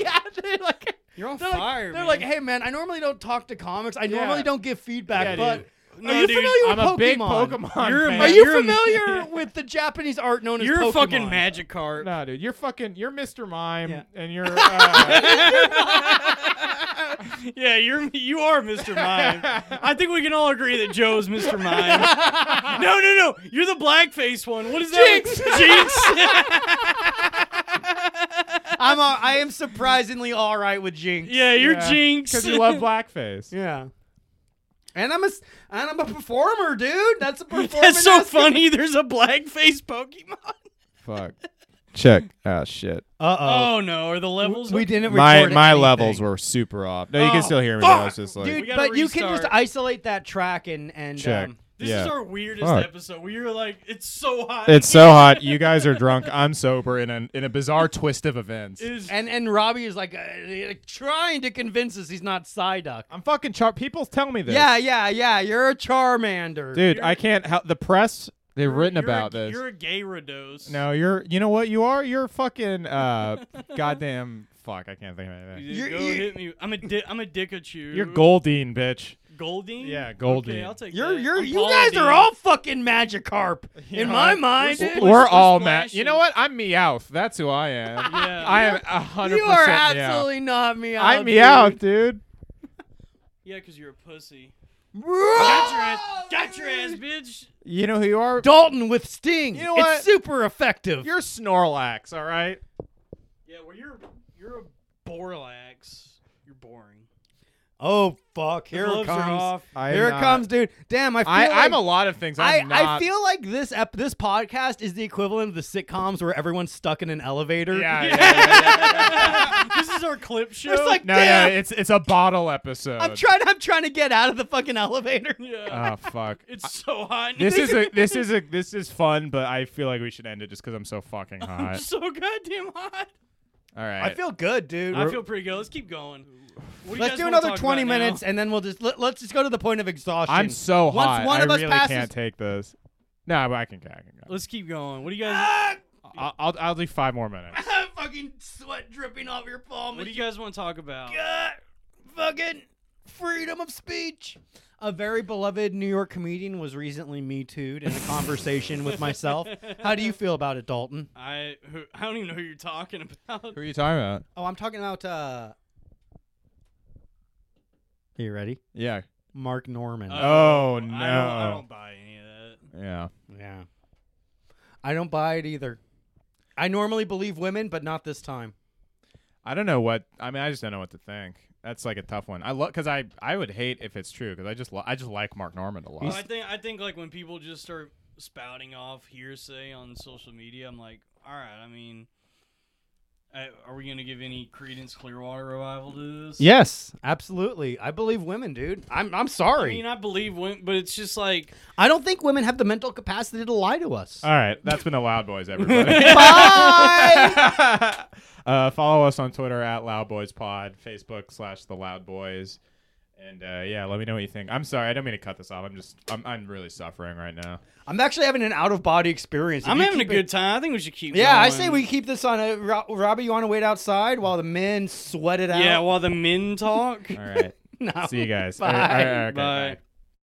Speaker 2: yeah, they're like,
Speaker 4: You're on
Speaker 2: they're like,
Speaker 4: fire.
Speaker 2: they're
Speaker 4: man.
Speaker 2: like, "Hey, man, I normally don't talk to comics. I normally don't give feedback,
Speaker 3: Yeah,
Speaker 2: but
Speaker 3: dude.
Speaker 4: No,
Speaker 2: are you
Speaker 4: dude,
Speaker 2: familiar
Speaker 3: I'm
Speaker 2: with Pokemon?
Speaker 3: a big Pokemon
Speaker 4: You're a
Speaker 3: fan.
Speaker 2: Are
Speaker 4: man.
Speaker 2: you
Speaker 4: You're a-
Speaker 2: familiar with the Japanese art known as
Speaker 4: you're
Speaker 2: Pokemon?
Speaker 4: a fucking Magikarp.
Speaker 3: No, dude, you're fucking, you're Mr. Mime,
Speaker 2: Yeah.
Speaker 3: and you're, uh,
Speaker 4: Yeah, you're you are Mr. Mime. I think we can all agree that Joe is Mr. Mime. no, no, no. You're the blackface one. What is that? Jinx. Jinx.
Speaker 2: I'm a, I am surprisingly all right with Jinx.
Speaker 4: yeah, you're
Speaker 3: yeah,
Speaker 4: Jinx.
Speaker 3: because you love blackface.
Speaker 2: Yeah. And I'm a s- and I'm a performer, dude. That's a performance.
Speaker 4: That's so funny. There's a blackface Pokemon.
Speaker 3: Fuck.
Speaker 5: Check. Oh shit.
Speaker 2: Uh
Speaker 4: Oh no, are the levels?
Speaker 2: We didn't record
Speaker 5: My my
Speaker 2: anything.
Speaker 5: levels were super off. No, you
Speaker 4: Oh,
Speaker 5: can still hear me. But I was just like,
Speaker 2: Dude,
Speaker 4: We gotta
Speaker 2: but you can just
Speaker 4: restart.
Speaker 2: isolate that track and and
Speaker 5: check.
Speaker 2: Um,
Speaker 4: This
Speaker 5: yeah.
Speaker 4: is our weirdest
Speaker 5: Fuck.
Speaker 4: episode. We were like, it's so hot.
Speaker 5: it's so hot.
Speaker 3: You guys are drunk. I'm sober in a in a bizarre twist of events.
Speaker 4: It is-
Speaker 2: and and Robbie is like uh, trying to convince us he's not Psyduck.
Speaker 3: I'm fucking char. People tell me this.
Speaker 2: Yeah, yeah, yeah. You're a Charmander.
Speaker 5: Dude, I can't help the press. They've written
Speaker 4: you're a-
Speaker 5: about this.
Speaker 4: You're a gay Rados.
Speaker 3: No, you're. You know what? You are. You're fucking. Uh, goddamn. Fuck. I can't think of anything.
Speaker 4: You
Speaker 2: You're-
Speaker 4: go
Speaker 2: you-
Speaker 4: hit me. I'm a di- I'm a Dickachew.
Speaker 3: You're Goldine, bitch.
Speaker 4: Goldie.
Speaker 3: Yeah,
Speaker 4: Okay,
Speaker 3: Goldine.
Speaker 4: I'll take
Speaker 2: You're
Speaker 4: that.
Speaker 2: you're
Speaker 4: I'm
Speaker 2: you
Speaker 4: Paula
Speaker 2: guys
Speaker 4: Deen.
Speaker 2: are all fucking Magikarp in
Speaker 3: know,
Speaker 2: my
Speaker 3: I-
Speaker 2: mind.
Speaker 4: we're-
Speaker 2: dude.
Speaker 4: we're-
Speaker 3: We're all
Speaker 4: splashing.
Speaker 3: Matt. You know what? I'm Meowth. That's who I am.
Speaker 4: Yeah.
Speaker 3: I am a hundred
Speaker 2: You
Speaker 3: percent.
Speaker 2: are
Speaker 3: Meowth.
Speaker 2: absolutely not me.
Speaker 3: I'm Meowth, dude.
Speaker 4: Yeah, because you're a pussy. Got your ass,
Speaker 2: Bro!
Speaker 4: got your ass, bitch.
Speaker 3: You know who you are?
Speaker 2: Dalton with Sting.
Speaker 3: You know what?
Speaker 2: It's super effective.
Speaker 3: You're Snorlax. All right.
Speaker 4: Yeah, well, you're you're a Borlax. You're boring.
Speaker 2: oh fuck! Here
Speaker 4: gloves
Speaker 2: it
Speaker 4: are
Speaker 2: comes.
Speaker 4: off.
Speaker 3: I am
Speaker 2: Here it
Speaker 3: not-
Speaker 2: comes, dude. Damn, I feel
Speaker 3: I,
Speaker 2: like
Speaker 3: I'm a lot of things.
Speaker 2: I,
Speaker 3: I'm
Speaker 2: I
Speaker 3: not-
Speaker 2: feel like this ep- this podcast is the equivalent of the sitcoms where everyone's stuck in an elevator.
Speaker 3: Yeah, yeah, yeah, yeah, yeah.
Speaker 4: this is our clip show.
Speaker 2: It's like,
Speaker 3: No,
Speaker 2: damn,
Speaker 3: no, it's it's a bottle episode.
Speaker 2: I'm trying. I'm trying to get out of the fucking elevator.
Speaker 4: yeah,
Speaker 3: Oh fuck.
Speaker 4: it's so hot. in
Speaker 3: This
Speaker 4: here.
Speaker 3: is a this is a this is fun, but I feel like we should end it just because I'm so fucking hot.
Speaker 4: so goddamn hot.
Speaker 3: All right.
Speaker 2: I feel good, dude.
Speaker 4: I feel pretty good. Let's keep going. What you
Speaker 2: let's
Speaker 4: guys
Speaker 2: do
Speaker 4: wanna
Speaker 2: another
Speaker 4: talk
Speaker 2: 20
Speaker 4: about now?
Speaker 2: minutes, and then we'll just let, us just go to the point of exhaustion.
Speaker 3: I'm so
Speaker 2: Once
Speaker 3: hot.
Speaker 2: one
Speaker 3: I
Speaker 2: of us
Speaker 3: really
Speaker 2: passes-
Speaker 3: can't take this. No, but I can. I can go.
Speaker 4: Let's keep going. What do you
Speaker 2: Ah,
Speaker 4: guys?
Speaker 3: I'll, I'll I'll do five more minutes.
Speaker 2: fucking sweat dripping off your palm.
Speaker 4: What do you guys want to talk about?
Speaker 2: Uh, fucking freedom of speech. A very beloved New York comedian was recently me too'd in a conversation with myself. How do you feel about it, Dalton?
Speaker 4: I who, I don't even know who you're talking about.
Speaker 3: Who are you talking about?
Speaker 2: Oh, I'm talking about. uh Are you ready?
Speaker 3: Yeah.
Speaker 2: Mark Norman.
Speaker 4: Uh,
Speaker 3: Oh
Speaker 4: I don't,
Speaker 3: no.
Speaker 4: I don't buy any of that.
Speaker 3: Yeah.
Speaker 2: yeah. I don't buy it either. I normally believe women, but not this time.
Speaker 3: I don't know what. I mean, I just don't know what to think. That's like a tough one. I love because I I would hate if it's true because I just lo- I just like Mark Norman a lot.
Speaker 4: I think I think like when people just start spouting off hearsay on social media, I'm like, all right. I mean, I, are we gonna give any credence Clearwater Revival to this?
Speaker 2: Yes, absolutely. I believe women, dude. I'm I'm
Speaker 4: I
Speaker 2: sorry. I,
Speaker 4: mean, I believe when, but it's just like
Speaker 2: don't think women have the mental capacity to lie to us.
Speaker 3: All right, that's been the Loud Boys, everybody.
Speaker 2: Uh. Bye.
Speaker 3: uh, follow us on Twitter at Loud Boys Pod, Facebook slash The Loud Boys, and uh, yeah, let me know what you think. I'm sorry, I don't mean to cut this off. I'm just I'm I'm really suffering right now.
Speaker 2: I'm actually having an out of body experience. If
Speaker 4: I'm
Speaker 2: you
Speaker 4: having a
Speaker 2: keep it-
Speaker 4: good time. I think we should keep.
Speaker 2: Yeah, I
Speaker 4: going.
Speaker 2: say we keep this on. A, Ro- Robbie, you want to wait outside while the men sweat it out?
Speaker 4: Yeah, while the men talk.
Speaker 3: All right,
Speaker 2: No.
Speaker 3: see you guys.
Speaker 2: Bye.
Speaker 3: All right, all right, all right, okay,
Speaker 4: Bye.